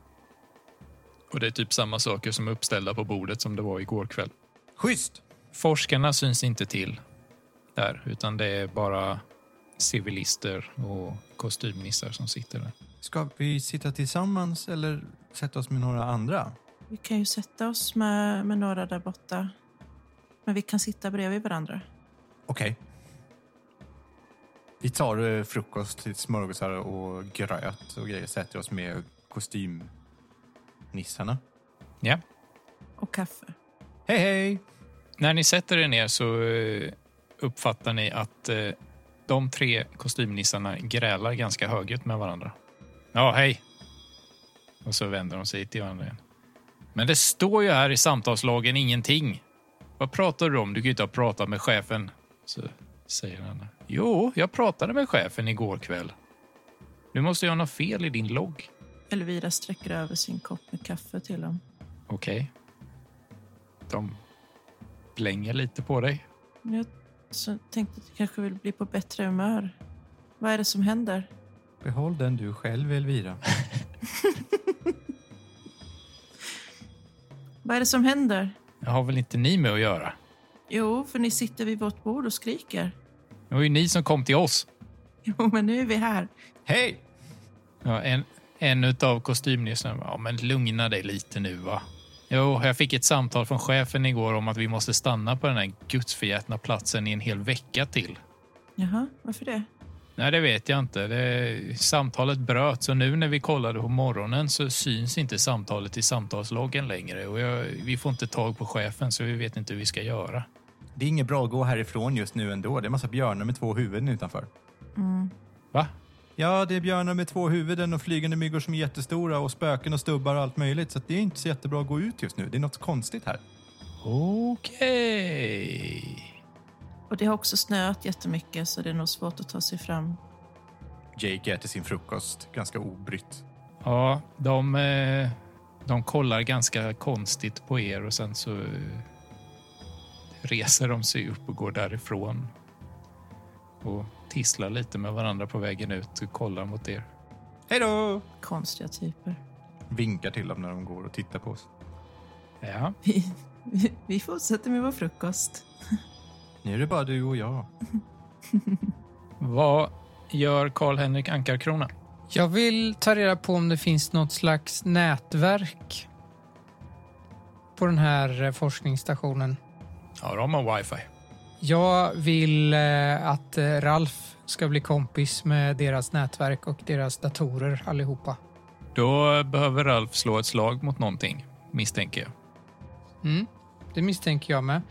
A: Och det är typ samma saker som är uppställda på bordet som det var igår kväll.
C: Schysst!
A: Forskarna syns inte till där, utan det är bara civilister och kostymnissar som sitter där.
C: Ska vi sitta tillsammans eller sätta oss med några andra?
B: Vi kan ju sätta oss med, med några där borta. Men vi kan sitta bredvid varandra.
C: Okej. Vi tar eh, frukost, lite smörgåsar och gröt och grejer. Sätter oss med kostymnissarna.
A: Ja.
B: Och kaffe.
C: Hej, hej!
A: När ni sätter er ner så eh, uppfattar ni att eh, de tre kostymnissarna grälar ganska högljutt med varandra. Ja, hej! Och så vänder de sig till varandra igen. Men det står ju här i samtalslagen ingenting. Vad pratar du om? Du kan ju inte ha pratat med chefen. Så säger han. Jo, jag pratade med chefen igår kväll. Du måste ju ha något fel i din logg.
B: Elvira sträcker över sin kopp med kaffe till dem.
A: Okej. De blänger lite på dig.
B: Men Jag så tänkte att du kanske vill bli på bättre humör. Vad är det som händer?
C: Behåll den du själv, Elvira.
B: Vad är det som händer?
A: Jag har väl inte ni med att göra?
B: Jo, för ni sitter vid vårt bord och skriker.
A: Det var ju ni som kom till oss.
B: Jo, men nu är vi här.
C: Hej!
A: Ja, en en av kostymnissarna. Ja, men lugna dig lite nu va. Jo, jag fick ett samtal från chefen igår om att vi måste stanna på den här gudsförgätna platsen i en hel vecka till.
B: Jaha, varför det?
A: Nej, det vet jag inte. Det, samtalet bröt, så nu när vi kollade på morgonen så syns inte samtalet i samtalsloggen längre. Och jag, vi får inte tag på chefen, så vi vet inte hur vi ska göra.
C: Det är inget bra att gå härifrån just nu ändå. Det är massa björnar med två huvuden utanför.
A: Va?
C: Ja, det är björnar med två huvuden och flygande myggor som är jättestora och spöken och stubbar och allt möjligt. Så att det är inte så jättebra att gå ut just nu. Det är något konstigt här.
A: Okej.
B: Och det har också snöat jättemycket så det är nog svårt att ta sig fram.
C: Jake äter sin frukost ganska obrytt.
A: Ja, de, eh, de kollar ganska konstigt på er och sen så eh, reser de sig upp och går därifrån. Och tisslar lite med varandra på vägen ut och kollar mot er.
C: Hej då!
B: Konstiga typer.
C: Vinkar till dem när de går och tittar på oss.
A: Ja,
B: Vi, vi fortsätter med vår frukost.
C: Nu är det bara du och jag.
A: vad gör Karl-Henrik Ankarkrona?
D: Jag vill ta reda på om det finns något slags nätverk på den här eh, forskningsstationen.
A: Ja, de har wifi.
D: Jag vill eh, att eh, Ralf ska bli kompis med deras nätverk och deras datorer allihopa.
A: Då behöver Ralf slå ett slag mot någonting, misstänker jag.
D: Mm, det misstänker jag med.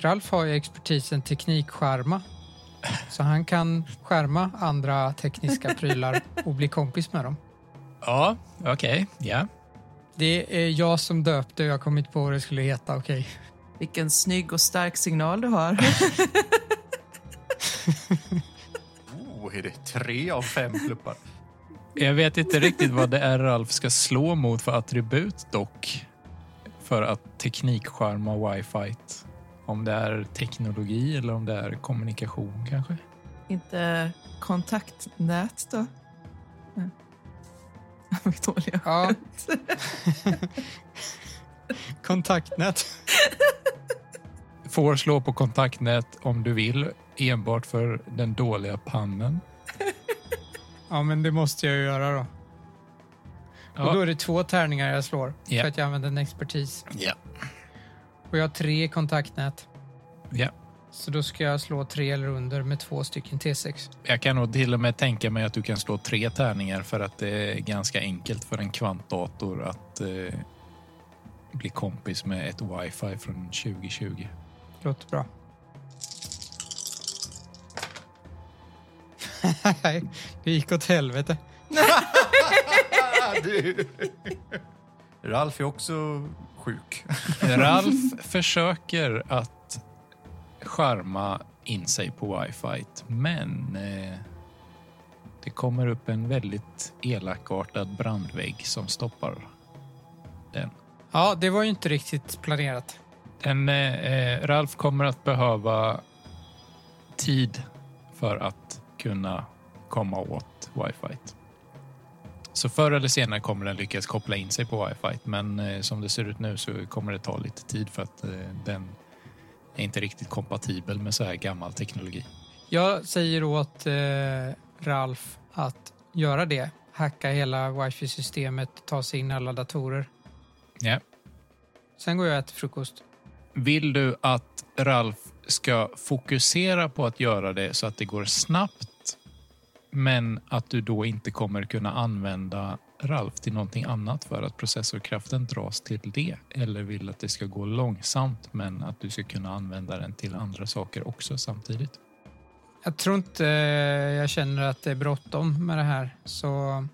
D: Ralf har ju expertisen teknikskärma. Så han kan skärma andra tekniska prylar och bli kompis med dem.
A: Ja, okej. Ja.
D: Det är jag som döpte och jag kom inte på vad det skulle heta, okej.
B: Vilken snygg och stark signal du har.
C: Oh, är det tre av fem pluppar?
A: Jag vet inte riktigt vad det är Ralf ska slå mot för attribut dock. För att teknikskärma wifi. Om det är teknologi eller om det är kommunikation kanske.
B: Inte kontaktnät då? Nej. Vad dåliga.
D: Ja. Kontaktnät.
A: Får slå på kontaktnät om du vill enbart för den dåliga pannen.
D: Ja, men det måste jag ju göra då. Och då
A: Ja,
D: är det två tärningar jag slår
A: Ja.
D: för att jag använder en expertis.
A: Ja.
D: Och jag har tre kontaktnät.
A: ja.
D: Så då ska jag slå tre eller under med två stycken T6.
A: Jag kan nog till och med tänka mig att du kan slå tre tärningar för att det är ganska enkelt för en kvantdator att eh, bli kompis med ett wifi från 2020.
D: Låter bra. Nej, det gick åt helvete.
C: Ralf är också sjuk.
A: Ralf försöker att skärma in sig på wifi, men eh, det kommer upp en väldigt elakartad brandvägg som stoppar den.
D: Ja, det var ju inte riktigt planerat.
A: den eh, Ralf kommer att behöva tid för att kunna komma åt wifi. Så förr eller senare kommer den lyckas koppla in sig på wifi, men eh, som det ser ut nu så kommer det ta lite tid för att eh, den är inte riktigt kompatibel med så här gammal teknologi.
D: Jag säger åt eh, Ralf att göra det. Hacka hela wifi-systemet, ta sig in i alla datorer.
A: Ja.
D: Sen går jag och äter frukost.
A: Vill du att Ralf ska fokusera på att göra det så att det går snabbt men att du då inte kommer kunna använda Ralf till någonting annat för att processorkraften dras till det? Eller vill du att det ska gå långsamt men att du ska kunna använda den till andra saker också samtidigt?
D: Jag tror inte eh, jag känner att det är bråttom med det här, så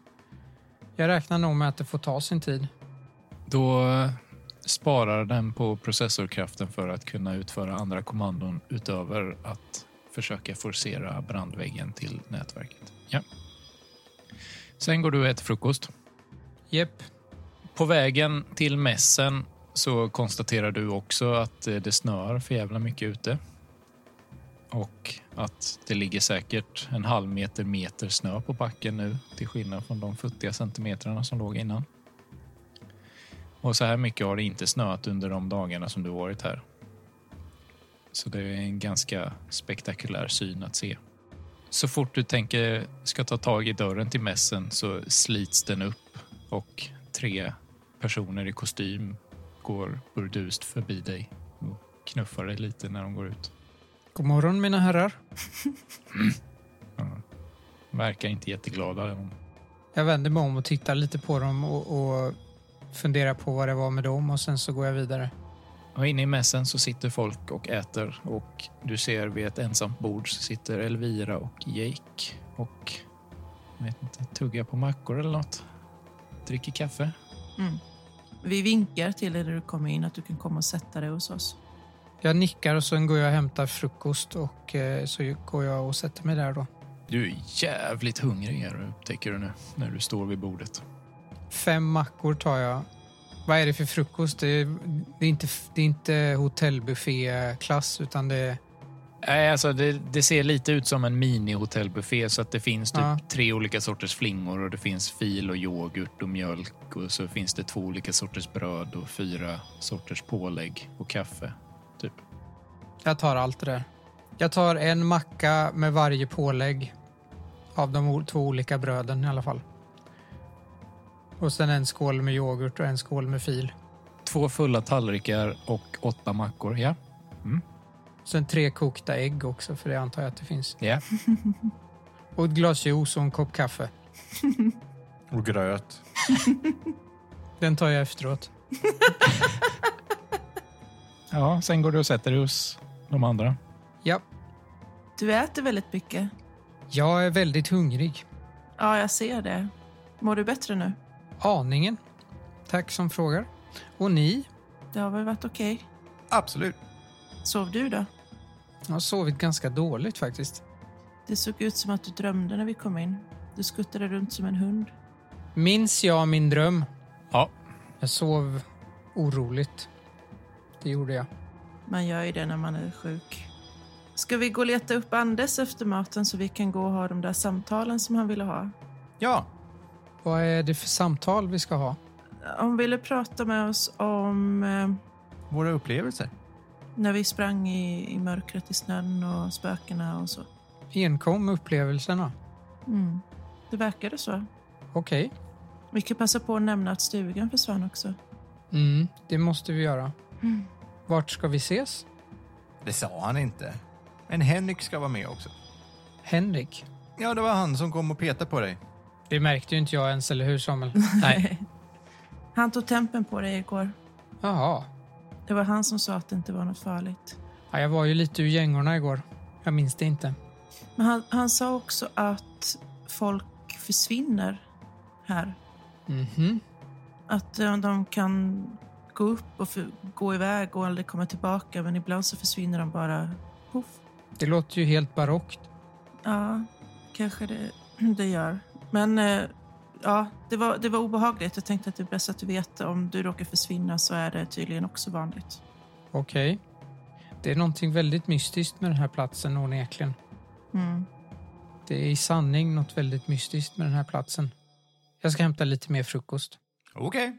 D: jag räknar nog med att det får ta sin tid.
A: Då sparar den på processorkraften för att kunna utföra andra kommandon utöver att försöka forcera brandväggen till nätverket. Ja. Sen går du och äter frukost.
D: Jepp.
A: På vägen till mässen så konstaterar du också att eh, det snöar för jävla mycket ute. Och att det ligger säkert en halv meter, meter snö på backen nu till skillnad från de futtiga centimetrarna som låg innan. Och så här mycket har det inte snöat under de dagarna som du varit här. Så det är en ganska spektakulär syn att se. Så fort du tänker ska ta tag i dörren till mässen så slits den upp och tre personer i kostym går burdust förbi dig och knuffar dig lite när de går ut.
D: God morgon mina herrar.
A: Verkar inte jätteglada. De-
D: Jag vänder mig om och tittar lite på dem och, och funderar på vad det var med dem och sen så går jag vidare.
A: Och inne i mässen så sitter folk och äter och du ser vid ett ensamt bord så sitter Elvira och Jake och jag vet inte, tuggar på mackor eller något. Dricker kaffe.
B: Mm. Vi vinkar till dig när du kommer in att du kan komma och sätta dig hos oss.
D: Jag nickar och sen går jag och hämtar frukost och eh, så går jag och sätter mig där då.
A: Du är jävligt hungrig är du, upptäcker du nu när du står vid bordet.
D: Fem mackor tar jag. Vad är det för frukost? Det är, det är inte, det är inte hotellbufféklass utan det är...
A: Nej, alltså det, det ser lite ut som en mini-hotellbuffé så att det finns typ
D: Ja.
A: tre olika sorters flingor och det finns fil och yoghurt och mjölk och så finns det två olika sorters bröd och fyra sorters pålägg och kaffe. Typ.
D: Jag tar allt det där. Jag tar en macka med varje pålägg av de o- två olika bröden i alla fall. Och sen en skål med yoghurt och en skål med fil.
A: Två fulla tallrikar och åtta mackor. Ja,
D: Sen tre kokta ägg också, för det antar jag att det finns.
A: ja.
D: Och ett glas juice och en kopp kaffe.
C: Och gröt.
D: Den tar jag efteråt.
A: ja sen går du och sätter dig hos de andra.
D: Ja,
B: Du äter väldigt mycket.
D: jag är väldigt hungrig.
B: Ja, jag ser det. Mår du bättre nu?
D: Aningen. Tack som frågar. Och ni?
B: Det har väl varit okej?
C: Absolut.
B: Sov du då?
D: Jag har sovit ganska dåligt faktiskt.
B: Det såg ut som att du drömde när vi kom in. Du skuttade runt som en hund.
D: Minns jag min dröm?
A: Ja,
D: Jag sov oroligt. Det gjorde jag.
B: Man gör ju det när man är sjuk. Ska vi gå och leta upp Anders efter maten så vi kan gå och ha de där samtalen som han ville ha?
C: Ja,
D: Vad är det för samtal vi ska ha?
B: Han ville prata med oss om eh,
C: våra upplevelser.
B: när vi sprang i, i mörkret i snön och spökena och så.
D: Enkom upplevelserna.
B: Mm. Det verkade så.
D: Okej.
B: Vi kan passa på att nämna att stugan försvann också.
D: Mm, det måste vi göra. Vart ska vi ses?
C: Det sa han inte. Men Henrik ska vara med också.
D: Henrik.
C: Ja, det var han som kom och petade på dig.
D: Det märkte ju inte jag ens, eller hur Samuel?
A: nej.
B: Han tog tempen på dig igår.
D: Jaha.
B: Det var han som sa att det inte var något farligt.
D: Ja, jag var ju lite ur gängorna igår. Jag minns det inte.
B: Men han, han sa också att folk försvinner här.
D: Mhm.
B: Att eh, de kan gå upp och för, gå iväg och aldrig komma tillbaka men ibland så försvinner de bara. Puff.
D: Det låter ju helt barockt.
B: Ja, kanske det, det gör. Men eh, ja, det var, det var obehagligt. Jag tänkte att det är bäst att du vet om du råkar försvinna så är det tydligen också vanligt.
D: Okej. Det är någonting väldigt mystiskt med den här platsen onekligen.
B: Mm.
D: Det är i sanning något väldigt mystiskt med den här platsen. Jag ska hämta lite mer frukost.
C: Okej.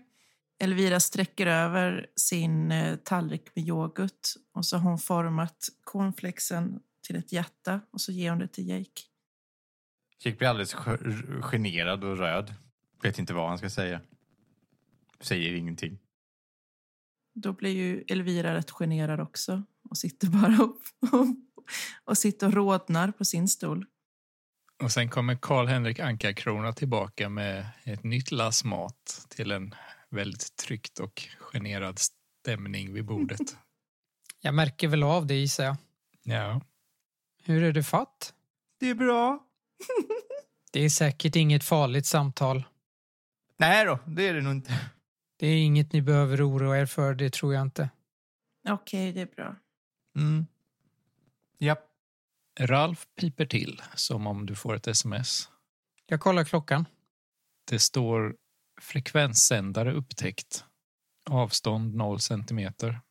B: Elvira sträcker över sin eh, tallrik med yoghurt och så har hon format cornflakesen till ett hjärta och så ger hon det till Jake.
C: Jake blir alldeles ge- generad och röd. Vet inte vad han ska säga. Säger ingenting.
B: Då blir ju Elvira rätt generad också och sitter bara upp och sitter och rodnar på sin stol.
A: Och sen kommer Karl-Henrik Ankarkrona tillbaka med ett nytt lass mat till en väldigt tryckt och generad stämning vid bordet.
D: Jag märker väl av det gissar jag.
A: ja.
D: Hur är det fatt?
C: Det är bra.
D: Det är säkert inget farligt samtal.
C: Nej då, det är det nog inte.
D: Det är inget ni behöver oroa er för, det tror jag inte.
B: Okej, det är bra.
C: Mm. Japp.
A: Ralf piper till som om du får ett sms.
D: Jag kollar klockan.
A: Det står frekvenssändare upptäckt. Avstånd 0 centimeter.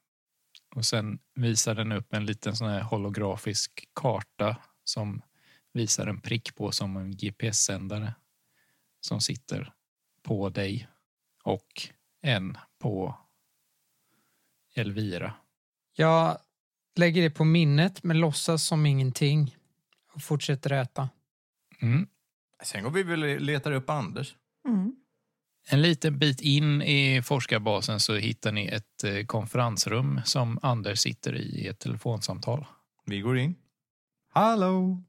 A: Och sen visar den upp en liten sån här holografisk karta som visar en prick på som en GPS-sändare som sitter på dig och en på Elvira.
D: Jag lägger det på minnet men låtsas som ingenting och fortsätter äta.
A: Mm.
C: Sen går vi väl och letar upp Anders.
B: Mm.
A: En liten bit in i forskarbasen så hittar ni ett eh, konferensrum som Anders sitter i i ett telefonsamtal.
C: Vi går in. Hallå!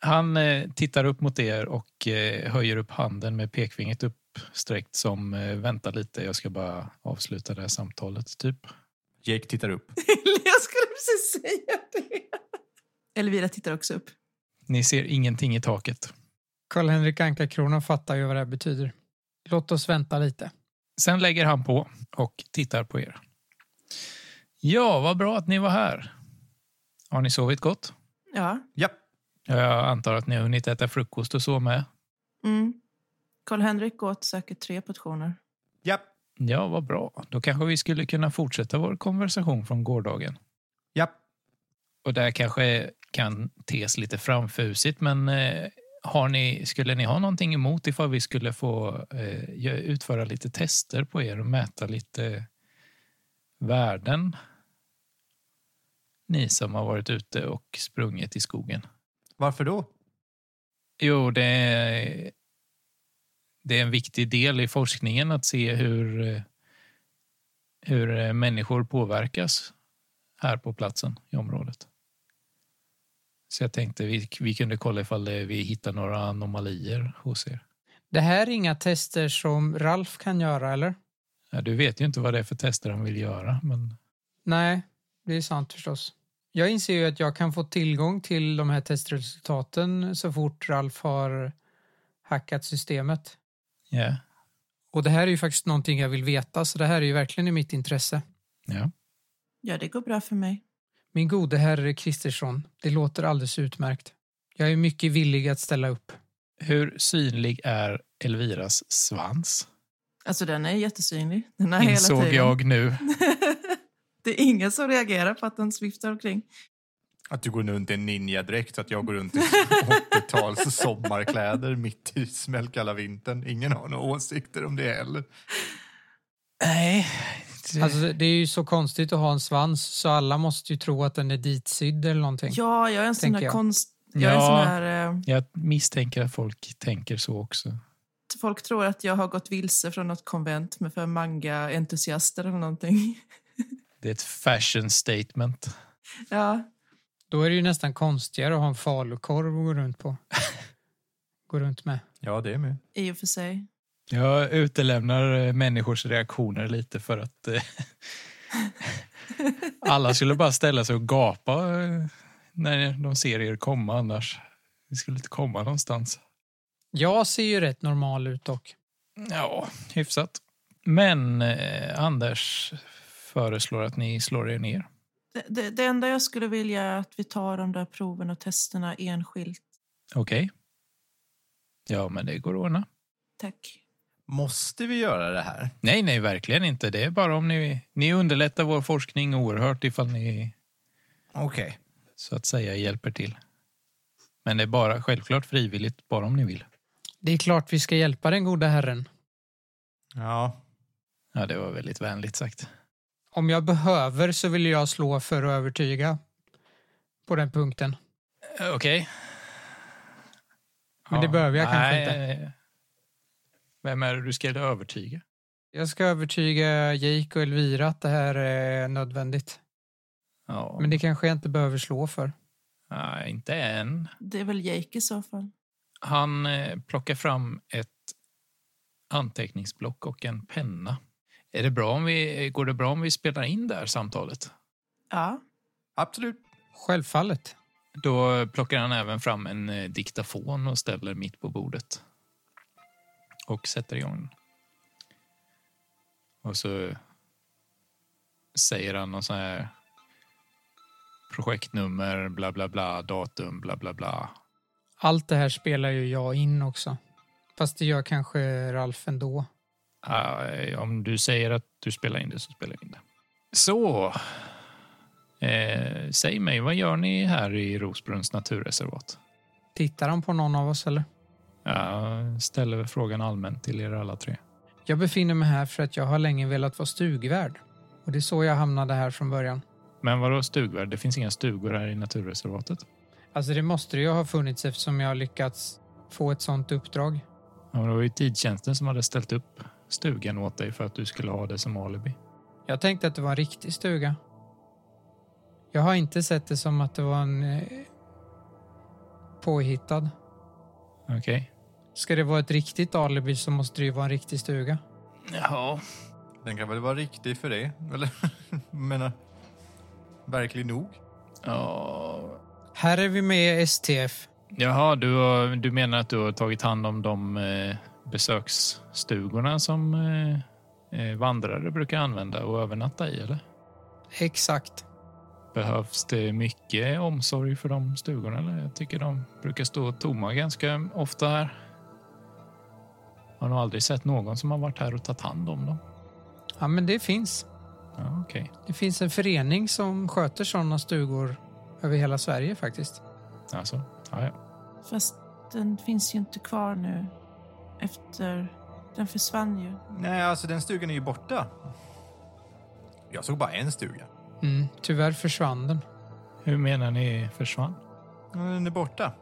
A: Han eh, tittar upp mot er och eh, höjer upp handen med pekfingret uppsträckt som eh, vänta lite, jag ska bara avsluta det här samtalet, typ.
C: Jake tittar upp.
B: Jag skulle precis säga det. Elvira tittar också upp.
A: Ni ser ingenting i taket.
D: Karl-Henrik Anka-Krona fattar ju vad det här betyder. Låt oss vänta lite.
A: Sen lägger han på och tittar på er. Ja, vad bra att ni var här. Har ni sovit gott?
B: Ja.
C: Japp.
A: Jag antar att ni har hunnit äta frukost och så med.
B: Mm. Karl-Henrik åt säkert tre portioner.
C: Japp.
A: Ja, vad bra. Då kanske vi skulle kunna fortsätta vår konversation från gårdagen.
C: Japp.
A: Och det här kanske kan tes lite framfusigt, men eh, har ni, skulle ni ha någonting emot ifall vi skulle få eh, gö- utföra lite tester på er och mäta lite värden? Ni som har varit ute och sprungit i skogen.
C: Varför då?
A: Jo, det är, det är en viktig del i forskningen att se hur, eh, hur eh, människor påverkas här på platsen i området. Så jag tänkte vi, vi kunde kolla ifall det, vi hittar några anomalier hos er.
D: Det här är inga tester som Ralf kan göra, eller?
A: Ja, du vet ju inte vad det är för tester han vill göra, men
D: Nej, det är sant förstås. Jag inser ju att jag kan få tillgång till de här testresultaten så fort Ralf har hackat systemet.
A: ja.
D: Och det här är ju faktiskt någonting jag vill veta, så det här är ju verkligen i mitt intresse.
A: ja.
B: Ja, det går bra för mig.
D: Min gode herre Kristersson, det låter alldeles utmärkt. Jag är mycket villig att ställa upp.
A: Hur synlig är Elviras svans?
B: Alltså den är jättesynlig. Den är hela
A: Insåg
B: tiden.
A: jag nu.
B: det är ingen som reagerar på att den sviftar omkring.
C: Att du går runt i en ninjadräkt så att jag går runt i 80-tals sommarkläder mitt i smällkalla vintern. Ingen har några åsikter om det heller.
A: Nej. Det-
D: Alltså, det är ju så konstigt att ha en svans så alla måste ju tro att den är ditsydd eller någonting.
B: Ja, jag är en sån
D: Tänker
B: här
D: jag.
B: konst... Jag är en
A: Ja.
B: sån här... Eh,
A: Jag misstänker att folk tänker så också.
B: folk tror att jag har gått vilse från något konvent med för manga-entusiaster eller någonting.
A: Det är ett fashion statement.
B: Ja,
D: Då är det ju nästan konstigare att ha en falukorv att gå runt på. gå runt med.
C: Ja, det är med.
B: i och för sig.
A: Jag utelämnar eh, människors reaktioner lite för att eh, alla skulle bara ställa sig och gapa eh, när de ser er komma annars. Vi skulle inte komma någonstans.
D: Jag ser ju rätt normal ut dock.
A: Ja, hyfsat. Men eh, Anders föreslår att ni slår er ner.
B: Det, det, det enda jag skulle vilja är att vi tar de där proven och testerna enskilt.
A: Okej? Ja, men det går att ordna.
B: Tack.
C: Måste vi göra det här?
A: Nej, nej, verkligen inte. Det är bara om ni... Ni underlättar vår forskning oerhört ifall ni
C: Okej.
A: så att säga hjälper till. Men det är bara självklart frivilligt, bara om ni vill.
D: Det är klart vi ska hjälpa den goda herren.
C: Ja.
A: Ja, det var väldigt vänligt sagt.
D: Om jag behöver så vill jag slå för att övertyga på den punkten.
A: Okej.
D: Men det behöver jag kanske
A: inte. Vem är det du ska övertyga?
D: Jag ska övertyga Jake och Elvira att det här är nödvändigt.
A: Ja,
D: Men det kanske jag inte behöver slå för.
A: nej, inte än.
B: Det är väl Jake i så fall.
A: Han eh, plockar fram ett anteckningsblock och en penna. Är det bra om vi, går det bra om vi spelar in det här samtalet?
B: Ja,
C: Absolut.
D: Självfallet.
A: Då plockar han även fram en eh, diktafon och ställer mitt på bordet. Och sätter igång. Och så säger han någon sån här projektnummer, bla bla bla, datum, bla bla bla.
D: Allt det här spelar ju jag in också. Fast det gör kanske Ralf ändå.
A: Ah, om du säger att du spelar in det så spelar jag in det. Så. Eh, säg mig, vad gör ni här i Rosbrunns naturreservat?
D: Tittar han på någon av oss eller?
A: Jag ställer frågan allmänt till er alla tre.
D: Jag befinner mig här för att jag har länge velat vara stugvärd. Och det är så jag hamnade här från början.
A: Men vadå stugvärd? Det finns inga stugor här i naturreservatet.
D: Alltså det måste det ju ha funnits eftersom jag har lyckats få ett sånt uppdrag.
A: Ja, men det var ju tidtjänsten som hade ställt upp stugan åt dig för att du skulle ha det som alibi.
D: Jag tänkte att det var en riktig stuga. Jag har inte sett det som att det var en eh, påhittad.
A: Okej.
D: Ska det vara ett riktigt alibi så måste det ju vara en riktig stuga.
A: Ja.
C: Den kan väl vara riktig för det? Eller? Jag menar, verklig nog?
A: Ja.
D: Här är vi med i STF.
A: Jaha, du, har, du menar att du har tagit hand om de eh, besöksstugorna som eh, eh, vandrare brukar använda och övernatta i, eller?
D: Exakt.
A: Behövs det mycket omsorg för de stugorna? Eller? Jag tycker de brukar stå tomma ganska ofta här. Jag har nog aldrig sett någon som har varit här och tagit hand om dem.
D: Ja, men det finns.
A: Ja, okej.
D: Det finns en förening som sköter sådana stugor över hela Sverige faktiskt.
A: Alltså, ja, ja.
E: Fast den finns ju inte kvar nu. Efter... Den försvann ju.
C: Nej, alltså den stugan är ju borta. Jag såg bara en stuga.
D: Mm, tyvärr försvann den.
A: Hur menar ni försvann?
C: Den är borta.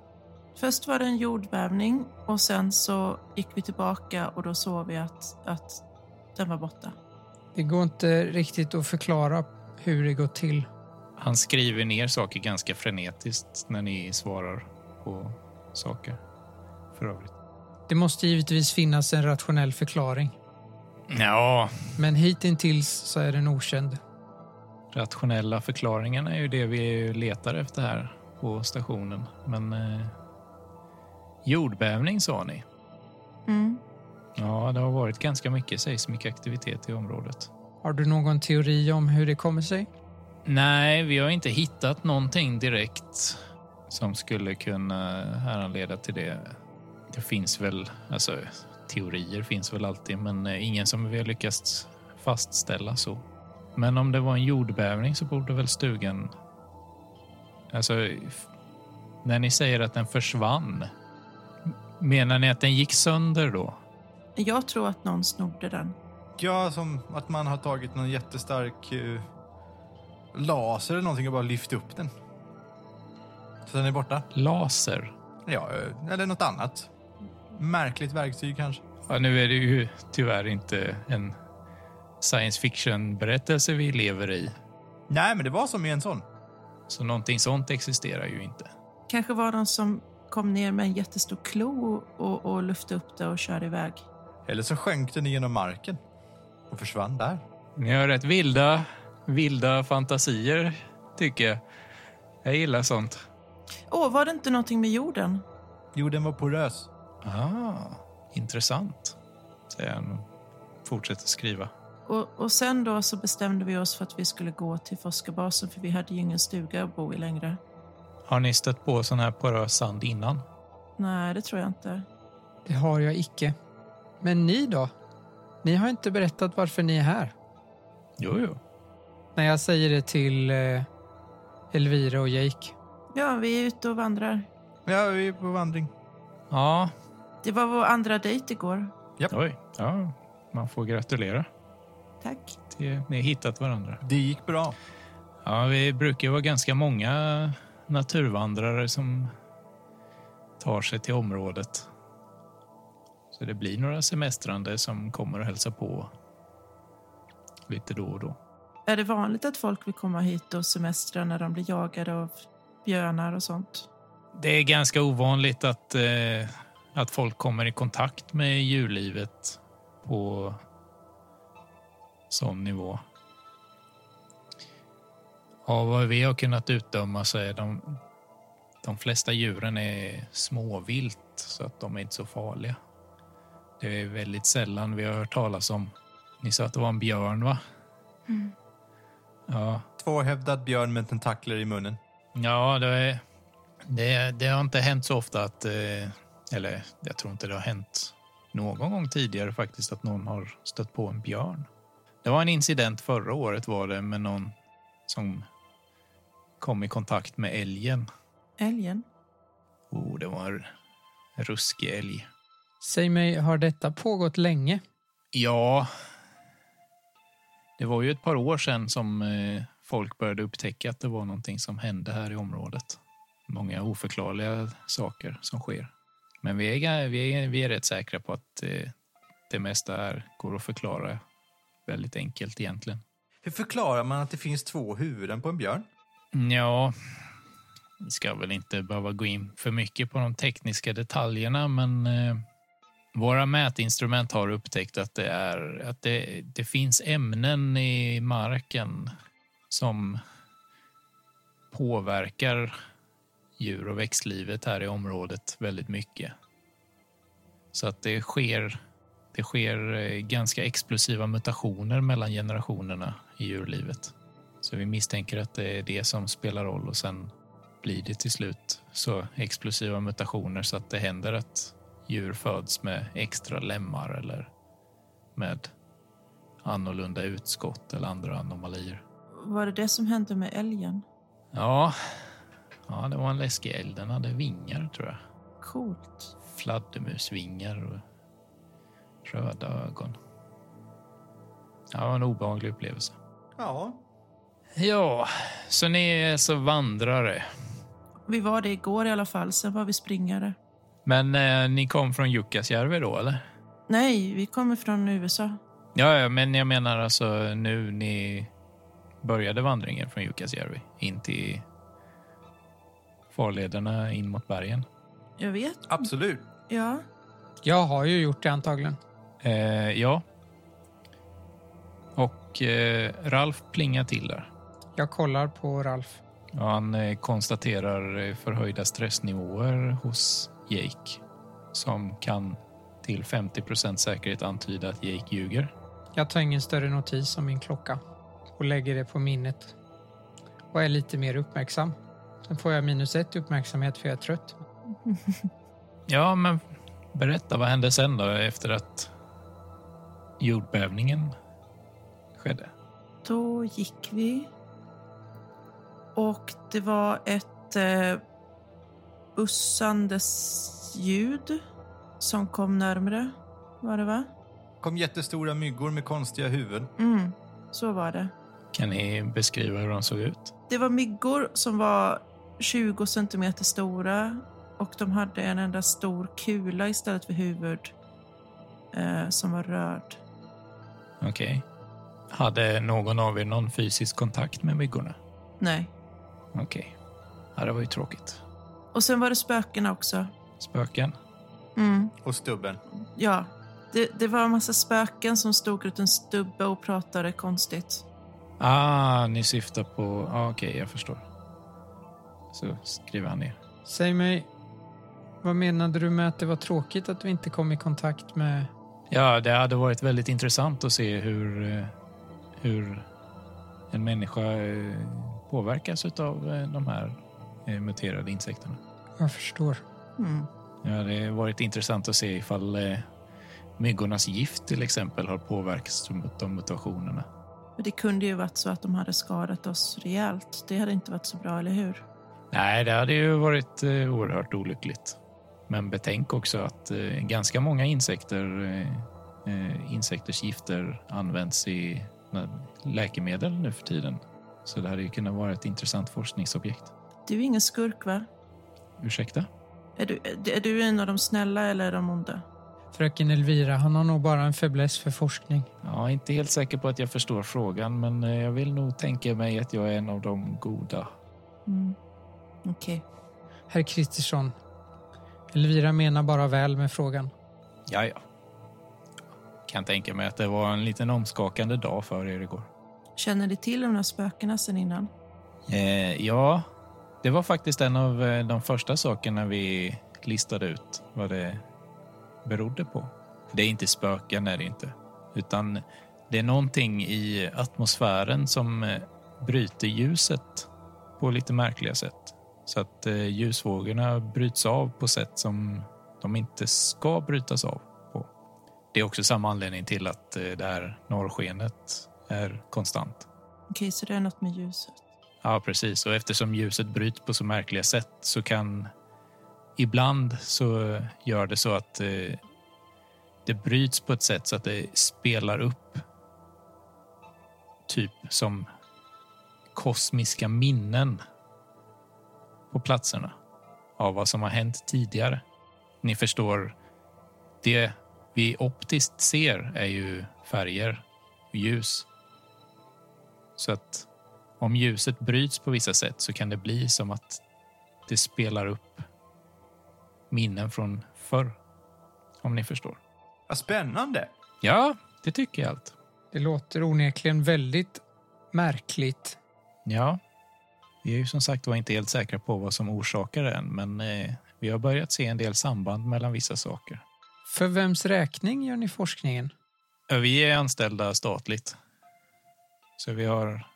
E: Först var det en jordbävning och sen så gick vi tillbaka och då såg vi att, att den var borta.
D: Det går inte riktigt att förklara hur det gått till.
A: Han skriver ner saker ganska frenetiskt när ni svarar på saker. För övrigt.
D: Det måste givetvis finnas en rationell förklaring.
A: Ja,
D: Men hittills så är den okänd.
A: rationella förklaringarna är ju det vi letar efter här på stationen. Men eh, jordbävning sa ni?
E: Mm.
A: Ja, det har varit ganska mycket seismisk aktivitet i området.
D: Har du någon teori om hur det kommer sig?
A: Nej, vi har inte hittat någonting direkt som skulle kunna härleda till det. Det finns väl, alltså teorier finns väl alltid, men eh, ingen som vi har lyckats fastställa så. Men om det var en jordbävning så borde väl stugan... Alltså, f- när ni säger att den försvann, menar ni att den gick sönder då?
E: Jag tror att någon snodde den.
C: Ja, som att man har tagit någon jättestark eh, laser eller någonting och bara lyft upp den. Så den är borta.
A: Laser?
C: Ja, eh, eller något annat. Märkligt verktyg kanske.
A: Ja, nu är det ju tyvärr inte en science fiction-berättelse vi lever i.
C: Nej, men det var som i en sån.
A: Så någonting sånt existerar ju inte.
E: Kanske var det någon som kom ner med en jättestor klo och, och lyfte upp det och körde iväg.
C: Eller så sjönk den genom marken och försvann där.
A: Ni har rätt vilda, vilda fantasier, tycker jag. Jag gillar sånt.
E: Åh, var det inte någonting med jorden?
C: Jo, den var porös.
A: Ah, intressant, säger han och fortsätter skriva.
E: Och, och sen då så bestämde vi oss för att vi skulle gå till forskarbasen för vi hade ju ingen stuga att bo i längre.
A: Har ni stött på sån här porös sand innan?
E: Nej, det tror jag inte.
D: Det har jag icke. Men ni då? Ni har inte berättat varför ni är här.
A: Jo, jo.
D: När jag säger det till eh, Elvira och Jake.
E: Ja, vi är ute och vandrar.
C: Ja, vi är på vandring.
A: Ja,
E: Det var vår andra dejt igår.
A: oj. Ja, man får gratulera
E: Tack.
A: till ni har hittat varandra.
C: Det gick bra.
A: Ja, vi brukar ju vara ganska många naturvandrare som tar sig till området. Så det blir några semestrande som kommer och hälsar på lite då och då.
E: Är det vanligt att folk vill komma hit och semestra när de blir jagade av björnar och sånt?
A: Det är ganska ovanligt att, eh, att folk kommer i kontakt med djurlivet på sån nivå. Av vad vi har kunnat utdöma så är de, de flesta djuren är småvilt så att de är inte så farliga. Det är väldigt sällan vi har hört talas om... Ni sa att det var en björn, va? Ja,
C: Tvåhövdad björn med tentakler i munnen.
A: Ja, det, är, det, det har inte hänt så ofta att... eh, Eller jag tror inte det har hänt någon gång tidigare faktiskt att någon har stött på en björn. Det var en incident förra året var det med någon som kom i kontakt med älgen.
E: Älgen?
A: Oh, det var en ruskig älg.
D: Säg mig, har detta pågått länge?
A: Ja, det var ju ett par år sedan som eh, folk började upptäcka att det var någonting som hände här i området. Många oförklarliga saker som sker. Men vi är, ga- vi är, vi är rätt säkra på att eh, det mesta här går att förklara väldigt enkelt egentligen.
C: Hur förklarar man att det finns två huvuden på en björn?
A: Ja, vi ska väl inte behöva gå in för mycket på de tekniska detaljerna, men eh, våra mätinstrument har upptäckt att det, är, att det, det finns ämnen i marken som påverkar djur och växtlivet här i området väldigt mycket. Så att det sker, det sker eh, ganska explosiva mutationer mellan generationerna i djurlivet. Så vi misstänker att det är det som spelar roll och sen blir det till slut så explosiva mutationer så att det händer att djur föds med extra lemmar eller med annorlunda utskott eller andra anomalier.
B: Var det det som hände med älgen?
A: Ja, ja det var en läskig älg. Den hade vingar tror jag.
B: Coolt.
A: fladdermusvingar och röda ögon. Ja, det var en obehaglig upplevelse.
C: Ja,
A: Ja, så ni är alltså vandrare.
B: Vi var det igår i alla fall, sen var vi springare.
A: Men eh, ni kom från Jukkasjärvi då, eller?
B: Nej, vi kommer från USA.
A: Ja, ja, men jag menar alltså nu ni började vandringen från Jukkasjärvi in till farlederna in mot bergen.
B: Jag vet.
C: absolut.
B: Ja.
D: Jag har ju gjort det antagligen.
A: Eh, ja. Och eh, Ralf plingar till där.
D: Jag kollar på Ralf.
A: Ja, han eh, konstaterar eh, förhöjda stressnivåer hos Jake som kan till 50 säkerhet antyda att Jake ljuger.
D: Jag tar ingen större notis om min klocka och lägger det på minnet och är lite mer uppmärksam. Sen får jag minus ett i uppmärksamhet för jag är trött.
A: Ja, men berätta, vad hände sen då efter att jordbävningen skedde?
B: Då gick vi. Och det var ett eh, bussandes ljud som kom närmre. Var det va?
C: Kom jättestora myggor med konstiga huvuden.
B: Mm, så var det.
A: Kan ni beskriva hur de såg ut?
B: Det var myggor som var 20 centimeter stora och de hade en enda stor kula istället för huvud eh, som var röd.
A: Okej. Hade någon av er någon fysisk kontakt med myggorna?
B: Nej.
A: Okej. Ja, det var ju tråkigt.
B: Och sen var det spökena också.
A: Spöken?
B: Mm,
C: Och stubben.
B: ja. Det, det var en massa spöken som stod runt en stubbe och pratade konstigt.
A: Ah, ni syftar på... Ah, Okej, jag förstår. Så skriver han ner.
D: Säg mig, vad menade du med att det var tråkigt att vi inte kom i kontakt med...
A: Ja, det hade varit väldigt intressant att se hur, eh, hur en människa eh, påverkas av de här eh, muterade insekterna.
D: Jag förstår.
B: Mm.
A: Det hade varit intressant att se ifall eh, myggornas gift till exempel har påverkats av mutationerna.
B: Men Det kunde ju varit så att de hade skadat oss rejält. Det hade inte varit så bra, eller hur?
A: Nej, det hade ju varit eh, oerhört olyckligt. Men betänk också att eh, ganska många insekter, eh, eh, insekters gifter används i eh, läkemedel nu för tiden. Så det hade ju kunnat vara ett intressant forskningsobjekt.
B: Du är ingen skurk, va?
A: Ursäkta?
B: Är du, är du en av de snälla eller är de onda?
D: Fröken Elvira, han har nog bara en fäbless för forskning.
A: Jag är inte helt säker på att jag förstår frågan, men eh, jag vill nog tänka mig att jag är en av de goda.
B: Mm. Okej.
D: Herr Kristersson, Elvira menar bara väl med frågan.
A: Ja, ja. Kan tänka mig att det var en liten omskakande dag för er igår.
B: Känner ni till de här spökena sen innan?
A: Eh, ja, det var faktiskt en av eh, de första sakerna vi listade ut vad det berodde på. Det är inte spöken, är det inte. Utan det är någonting i atmosfären som eh, bryter ljuset på lite märkliga sätt. Så att eh, ljusvågorna bryts av på sätt som de inte ska brytas av på. Det är också samma anledning till att eh, det här norrskenet är konstant.
B: Okej, så det är något med ljuset.
A: Ja, precis. Och eftersom ljuset bryts på så märkliga sätt så kan... Ibland så gör det så att eh, det bryts på ett sätt så att det spelar upp typ som kosmiska minnen på platserna av vad som har hänt tidigare. Ni förstår, det vi optiskt ser är ju färger och ljus. Så att om ljuset bryts på vissa sätt så kan det bli som att det spelar upp minnen från förr. Om ni förstår.
C: Ja, spännande!
A: Ja, det tycker jag allt.
D: Det låter onekligen väldigt märkligt.
A: Ja. Vi är ju som sagt var inte helt säkra på vad som orsakar det än, men eh, vi har börjat se en del samband mellan vissa saker.
D: För vems räkning gör ni forskningen?
A: Ja, Vi är anställda statligt, så vi har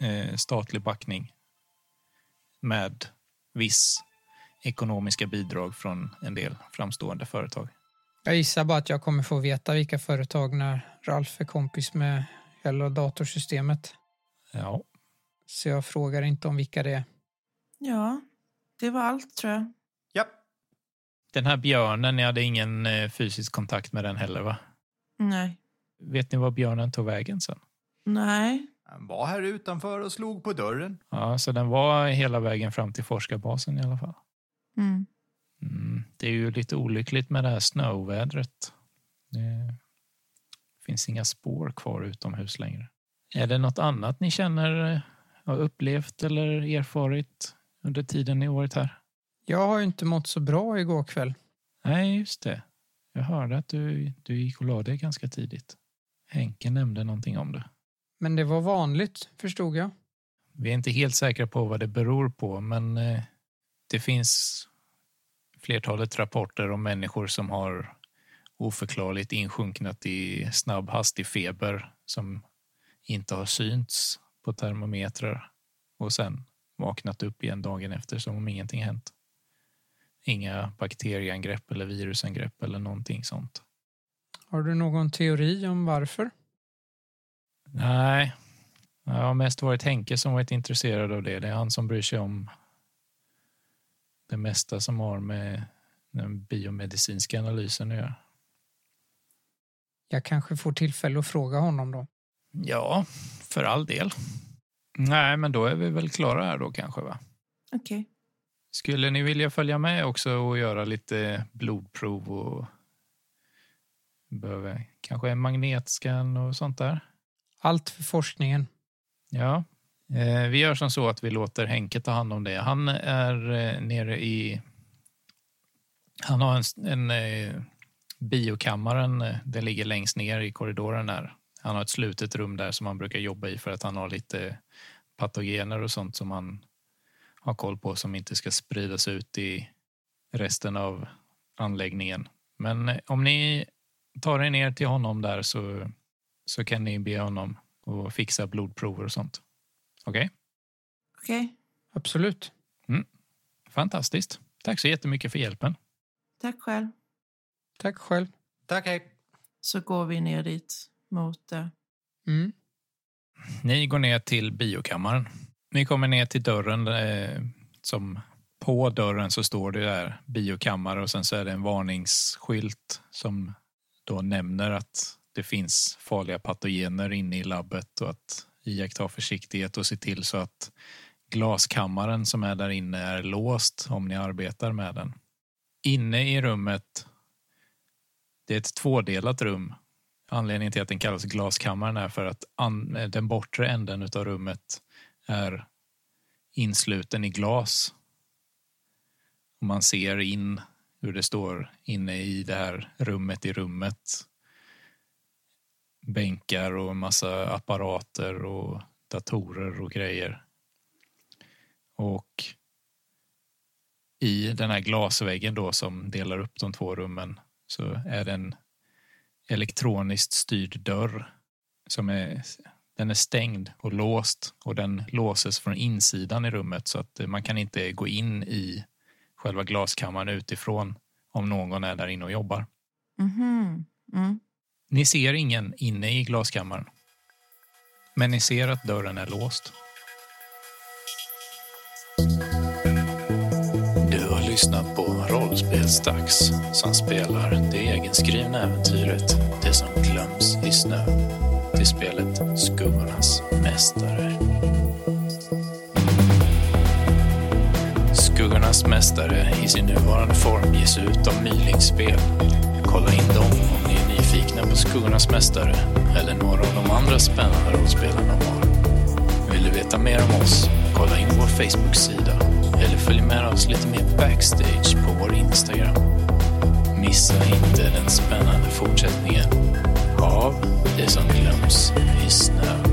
A: eh, statlig backning med viss ekonomiska bidrag från en del framstående företag.
D: Jag gissar bara att jag kommer få veta vilka företag när Ralf är kompis med hela datorsystemet.
A: Ja,
D: Så jag frågar inte om vilka det är.
E: Ja, det var allt tror jag.
C: Ja.
A: den här björnen, ni hade ingen eh, fysisk kontakt med den heller, va?
E: Nej.
A: Vet ni var björnen tog vägen sen?
E: Nej.
C: Han var här utanför och slog på dörren.
A: Ja, så den var hela vägen fram till forskarbasen i alla fall.
E: Mm.
A: Mm, det är ju lite olyckligt med det här snöovädret. Det finns inga spår kvar utomhus längre. Är det något annat ni känner eh, har upplevt eller erfarit under tiden ni varit här?
D: Jag har ju inte mått så bra igår kväll.
A: Nej, just det. Jag hörde att du, du gick och la dig ganska tidigt. Henke nämnde någonting om det.
D: Men det var vanligt, förstod jag.
A: Vi är inte helt säkra på vad det beror på, men eh, det finns flertalet rapporter om människor som har oförklarligt insjunknat i snabb hastig feber som inte har synts på termometrar och sen vaknat upp igen dagen efter som om ingenting hänt. Inga bakterieangrepp eller virusangrepp eller någonting sånt.
D: Har du någon teori om varför?
A: Nej. Det har mest varit Henke som varit intresserad av det. Det är han som bryr sig om det mesta som har med den biomedicinska analysen att göra.
D: Jag kanske får tillfälle att fråga honom då.
A: Ja, för all del. Nej, men då är vi väl klara här då kanske, va?
E: Okej.
A: Skulle ni vilja följa med också och göra lite blodprov och behöver kanske en magnetscan och sånt där?
D: Allt för forskningen.
A: Ja, eh, vi gör som så att vi låter Henke ta hand om det. Han är eh, nere i... Han har en, s- en eh, biokammaren, eh, den ligger längst ner i korridoren här. Han har ett slutet rum där som han brukar jobba i för att han har lite patogener och sånt som han har koll på som inte ska spridas ut i resten av anläggningen. Men eh, om ni tar er ner till honom där så, så kan ni be honom och fixa blodprover och sånt. Okej,
E: Okej.
D: Absolut.
A: fantastiskt. Tack så jättemycket för hjälpen.
E: Tack själv.
D: Tack själv.
C: Tack, hej.
E: Så går vi ner dit mot eh, det.
D: Mm.
A: Ni går ner till biokammaren. Ni kommer ner till dörren eh, som på dörren så står det där biokammare och sen så är det en varningsskylt som då nämner att det finns farliga patogener inne i labbet och att iaktta försiktighet och se till så att glaskammaren som är där inne är låst om ni arbetar med den. Inne i rummet, det är ett tvådelat rum Anledningen till att den kallas glaskammaren är för att an, eh, den bortre änden av rummet är insluten i glas. Och man ser in hur det står inne i det här rummet i rummet. Bänkar och en massa apparater och datorer och grejer. Och i den här glasväggen då som delar upp de två rummen så är den elektroniskt styrd dörr som är, den är stängd och låst och den låses från insidan i rummet så att eh, man kan inte gå in i själva glaskammaren utifrån om någon är där inne och jobbar.
E: Mhm. Mm.
A: Ni ser ingen inne i glaskammaren. Men ni ser att dörren är låst. Du har lyssnat på Rollspelsdags som spelar det egenskrivna äventyret Det som glöms i snö till spelet Skuggornas mästare. Skuggornas mästare i sin nuvarande form ges ut av Mylingspel. Kolla in dem om ni är nyfikna på Skuggornas mästare eller några av de andra spännande rollspelarna de har. Vill du veta mer om oss? Kolla in vår Facebook-sida eller följ med oss lite mer backstage på vår Instagram. Missa inte den spännande fortsättningen av Det som glöms i snö.